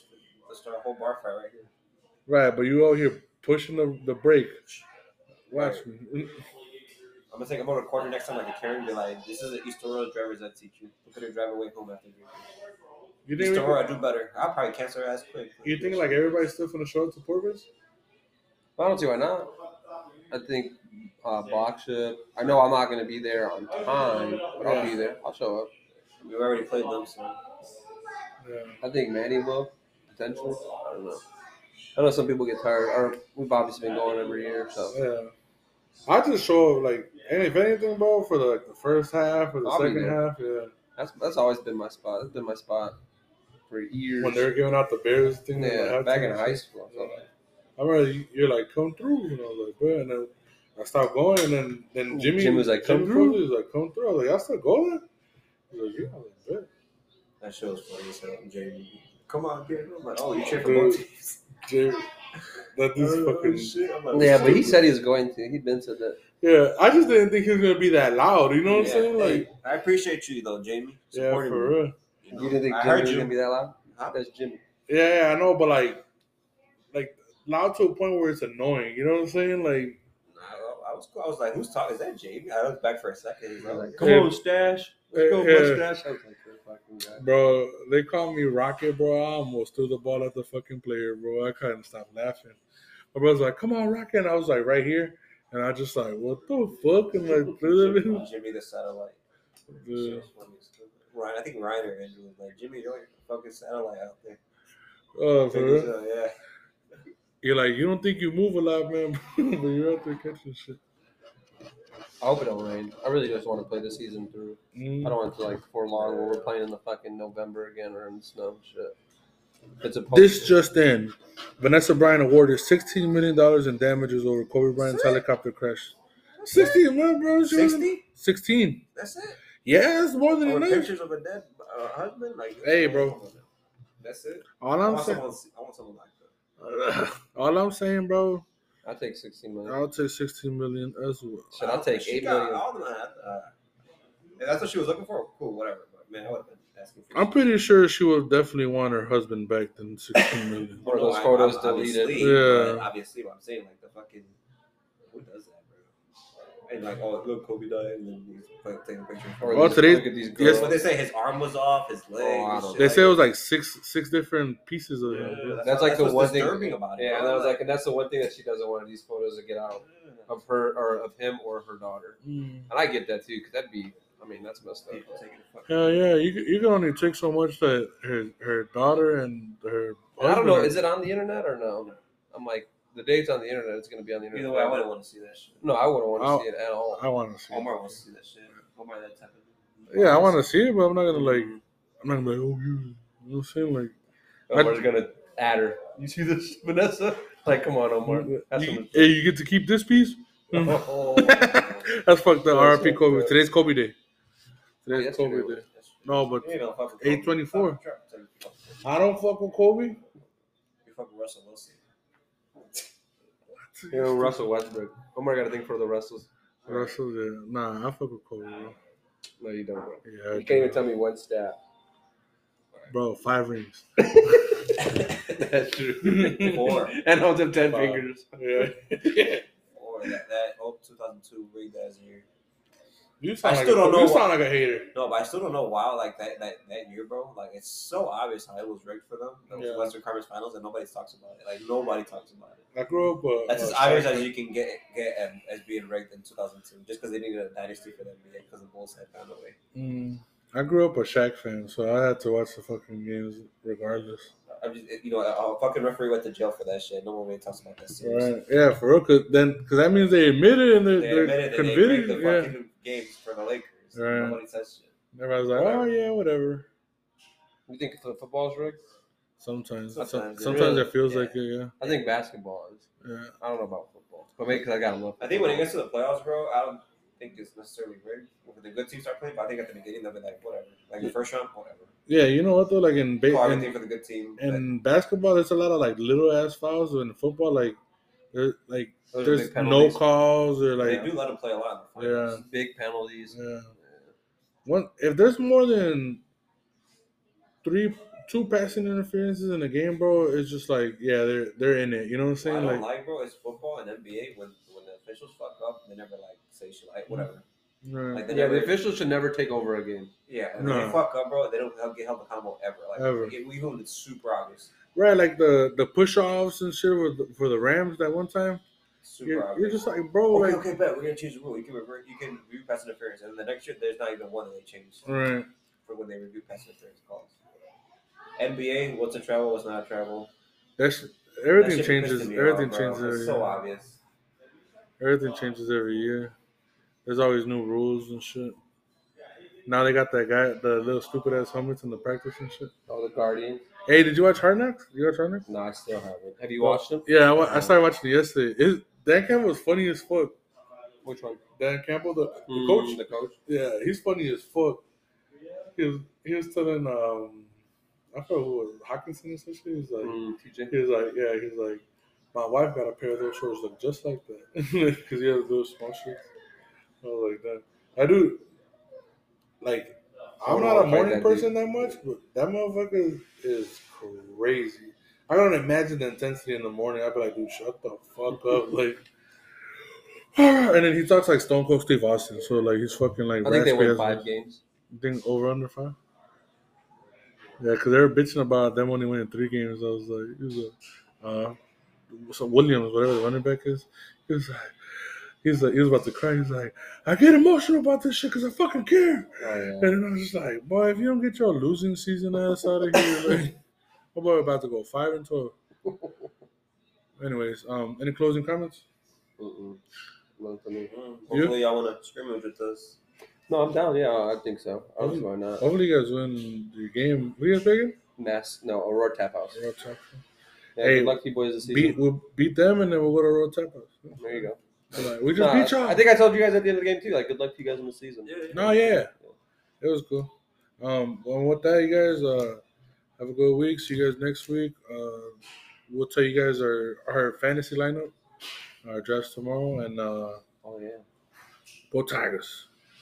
Let's start a whole bar fight right here.
Right, but you out here pushing the, the brake. Watch me.
I'm going to take a motor corner next time like a Karen and be like, this is an East Aurora driver's ed teacher. Look at her drive away home after drinking.
You think we
East Aurora,
could-
I do better. I'll probably cancel her ass quick.
you think like everybody's still finna show up to Porpoise?
I don't see why not. I think uh, Bach should. I know I'm not going to be there on time, but I'll be there. I'll show up.
We've already played them, so.
Yeah.
I think Manny will potentially. I don't know. I know some people get tired. Or we've obviously been going every year, so
Yeah. I just show up like, and if anything, bro, for the, like the first half or the
I'll be
second
there.
half. Yeah.
that's that's always been my spot. That's been my spot for years.
When they're giving out the Bears thing. like,
yeah,
halftime
back in
and
high
shit.
school. So like,
I remember you- you're like, come through, and I was like, bro, and then I stopped going, and then then Jimmy,
Jim was like, "Come
Jimmy
through?"
He was like, come through. I was like, I still going. He was like, yeah, I was like, bet.
That shit was funny as hell. Jamie, come on, get it. I'm like, oh, you cheer for
Dude.
both teams.
Jimmy, that dude's
Oh,
fucking.
shit. I'm like,
yeah, but he said he was going to. He'd been to the.
Yeah, I just didn't think he was gonna be that loud. You know what
Yeah,
I'm saying?
hey,
Like,
I appreciate you though, Jamie.
yeah,
Supporting
for
me.
real.
You, know?
You didn't think
I
Jimmy
heard
was
you.
gonna be that loud?
Huh?
That's Jimmy.
Yeah, yeah, I know, but like, like loud to a point where it's annoying. You know what I'm saying? Like,
Nah, I, I was, I was like, who's talking? Is that Jamie? I looked back for a second. He's
I was
like,
like,
Come on,
stash.
Let's go, Yeah.
mustache. I was like, "Good fucking guy."
eh, bro, they call me Rocket, bro. I almost threw the ball at the fucking player, bro. I couldn't stop laughing. My brother's like, "Come on, Rocket!" And I was like, "Right here." And I just like, what the fuck? And like, threw it
Jimmy,
in.
Jimmy the satellite. Shit
Dude.
was funny as hell. Ryan, I think Ryan or Andrew was like, Jimmy, you're like a fucking satellite out there.
Oh,
Check
for
this
real?
out, uh, yeah.
You're like, you don't think you move a lot, man, but you're out there catching shit.
I hope it don't rain. I really just want to play the season through. I
Mm.
don't want it to like for long where we're playing in the fucking November again or in the snow and shit. It's a
This just in: Vanessa Bryant awarded 16 million dollars in damages over Kobe Bryant's
Sick.
helicopter crash. 16, man, bro. she was-
60?
16.
That's it?
Yeah, that's more than
Or
enough.
pictures of a dead uh, husband? Like,
Hey, bro.
That's it?
All
I
I'm
want,
saying,
someone, I want someone like that.
all I'm saying, bro.
I take sixteen million.
I'll take 16 million as well.
Shit, I'll take
Oh, She
eight
got
million.
all the money. Uh, if that's what she was looking for, cool, whatever. But man, I would have been asking for.
I'm pretty sure she would definitely want her husband back than 16 million.
One of those
I-
photos
ob-
deleted.
obviously,
Yeah.
but Obviously, what I'm saying, like the fucking who does that, bro? And like, oh look, Kobe died, and then he's like taking a picture.
Or
Oh,
these-
today-
look at these
yes.
girls.
But they say his arm was off, his leg.
Oh, I
and
don't
shit
They
like
say it was
that.
like six six different pieces of him.
Yeah,
bro.
That's like the
what's
one thing-
disturbing about it.
yeah, and
bro.
I was like, and that's the one thing that she doesn't want these photos to get out of her or of him or her daughter.
Mm.
And I get that too, because that'd be, I mean, that's messed up.
people taking a fucking.
Hell yeah, you, can- you can only take so much that her her daughter and her.
And I don't know,
husband are-
is it on the internet or no? I'm like,
the date's on the internet. It's going to be on the internet.
Either way, I wouldn't want to see that shit.
No, I wouldn't want to
I'll-
see it at all.
I want to see. it.
Omar wants to see that shit. Omar, that type of.
Yeah, I want to see it, but I'm not gonna like. I'm not gonna be like, oh, you. You know what I'm
Omar's going to add her. You see this, Vanessa? Like, come on, Omar.
saying? Like,
That's
you,
what
hey, you get to keep this piece.
Mm.
Oh.
That's fucked up. R.I.P. Kobe.
fucked up.
Today's Kobe Day.
Oh,
Today's
yesterday
Kobe
was-
Day. No, but
You know, fucking.
824.
You're
I don't fuck with Kobe.
fucking Russell Wilson.
You know, Russell Westbrook. Omar got to think for the Russells.
Russell, yeah. Nah, I fuck with Kobe, bro.
No, you don't. Bro.
Yeah, I
You
do.
can't even tell me one stat.
bro. Five rings.
That's true.
Four.
and holds up ten
Five.
fingers.
Yeah.
Or that, that oh, 2002 rigged as year.
You sound
I
like
still
a,
don't know
You
why-
sound like a hater.
No, but I still don't know why, like, that, that, that year, bro, like, it's so obvious how it was rigged for them. That was
Yeah.
Western Conference Finals, and nobody talks about it. Like, nobody talks about it.
I grew up. Uh,
That's
uh,
as obvious
Shaq.
as you can get get um, as being ranked in 2002, just because they needed a dynasty for them because the Bulls had found a way.
Mm, I grew up a Shaq fan, so I had to watch the fucking games regardless.
I'm just, you know, a, a fucking referee went to jail for that shit. No one really talks about that series.
Right? Yeah, for real. Cause then, because that means they admit it and they're,
They
they're
admitted that they rigged
convicted.
the
yeah.
fucking games for the Lakers.
Right.
Nobody says shit.
Everybody's like, oh
Whatever.
yeah, whatever.
You think the football's rigged?
Sometimes, so-
Sometimes
sometimes,
it
really-
it feels
yeah.
like it. Yeah.
I think basketball is.
yeah.
I don't know about football, but maybe because I got to look.
I think when it gets to the playoffs, bro, I don't think it's necessarily rigged. When the good teams start playing, but I think at the beginning they'll be like, whatever. Like the first round, whatever.
Yeah, you know what though? Like in ba-
Call
in-
everything for the good team. but
in basketball, there's a lot of like little ass fouls. In football, like there, like
Those are
there's
big
no
penalties.
calls or
they
like
do let them play a lot. In the
yeah,
finals.
Big penalties.
yeah. One if there's more than three, two passing interferences in a game, bro, it's just like yeah, they're they're in it. You know what I'm
What I
saying? Like,
don't like, bro, is football and NBA when when the officials fuck up, they never like say shit like whatever.
yeah,
Like they
Yeah,
never,
the officials should never take over a game.
Yeah, when
No.
they fuck up, bro, they don't help get held accountable ever. Like
Ever.
It, we even it's super obvious.
right, like the the push offs and shit with for the Rams that one time.
Super
You're,
obvious.
you're just like, bro,
okay,
like
okay, bet we're gonna change the rule. You can revert, you can review pass interference, and the next year there's not even one that they changed.
right.
for when they review pass interference calls. NBA, what's a travel, what's not a travel.
That's
That
everything
shit
changes.
pisses me
Everything
off, bro.
changes. every
It's so
year.
obvious.
Everything changes every year. There's always new rules and shit. Now they got that guy, the little stupid ass helmets in the practice and shit.
Oh, the Guardians.
Hey, did you watch Hard Knocks? You watch Hard Knocks?
No, I still haven't. Have you watched them?
Yeah, I, wa- I started watching it yesterday. It, Dan Campbell was funny as fuck.
Which one? Mm,
Dan Campbell, the, the coach.
The coach.
Yeah, he's funny as fuck. He was he was telling um, I forgot who it was Hawkinson or some shit. He's like,
Mm, TJ.
He was like, yeah, he's like, my wife got a pair of those shorts look just like that because he has those small shorts. I was like, that. I do. Like, I'm
Someone
not a
wanna fight
morning
that
person that much, but that motherfucker is, is crazy. I don't imagine the intensity in the morning. I'd be like, dude, shut the fuck up, like. And then he talks like Stone Cold Steve Austin, so like he's fucking like.
I think they
raspy
won
as-
five games.
Think over under five. Yeah, because they were bitching about them only winning three games. I was like, he was like, uh, so Williams, whatever the running back is, he was like, he was like, he was about to cry. He was like, I get emotional about this shit because I fucking care.
Oh,
And I was just like, boy, if you don't get your losing season ass out of here, like, my boy about to go five and twelve. Anyways, um, any closing comments?
yeah. Mm-mm. Not to me.
Mm, Hopefully, y'all want to scrimmage with us.
No, I'm down. Yeah, I think so. I
Mm-hmm.
was why not.
Hopefully, you guys win the game. What are you guys picking?
Mass. No, Aurora Tap House.
Road Tap.
Yeah,
Hey,
good luck, you boys, this season.
Beat, we'll beat them, and then we'll go to Road Tapas.
there you go.
Like, we just
No,
beat y'all.
I think I told you guys at the end of the game too. Like, good luck to you guys in the season.
no, yeah, it was cool. Um, and with that, you guys, uh, have a good week. See you guys next week. Uh, we'll tell you guys our our fantasy lineup, our drafts tomorrow, and uh,
Oh yeah.
go Tigers.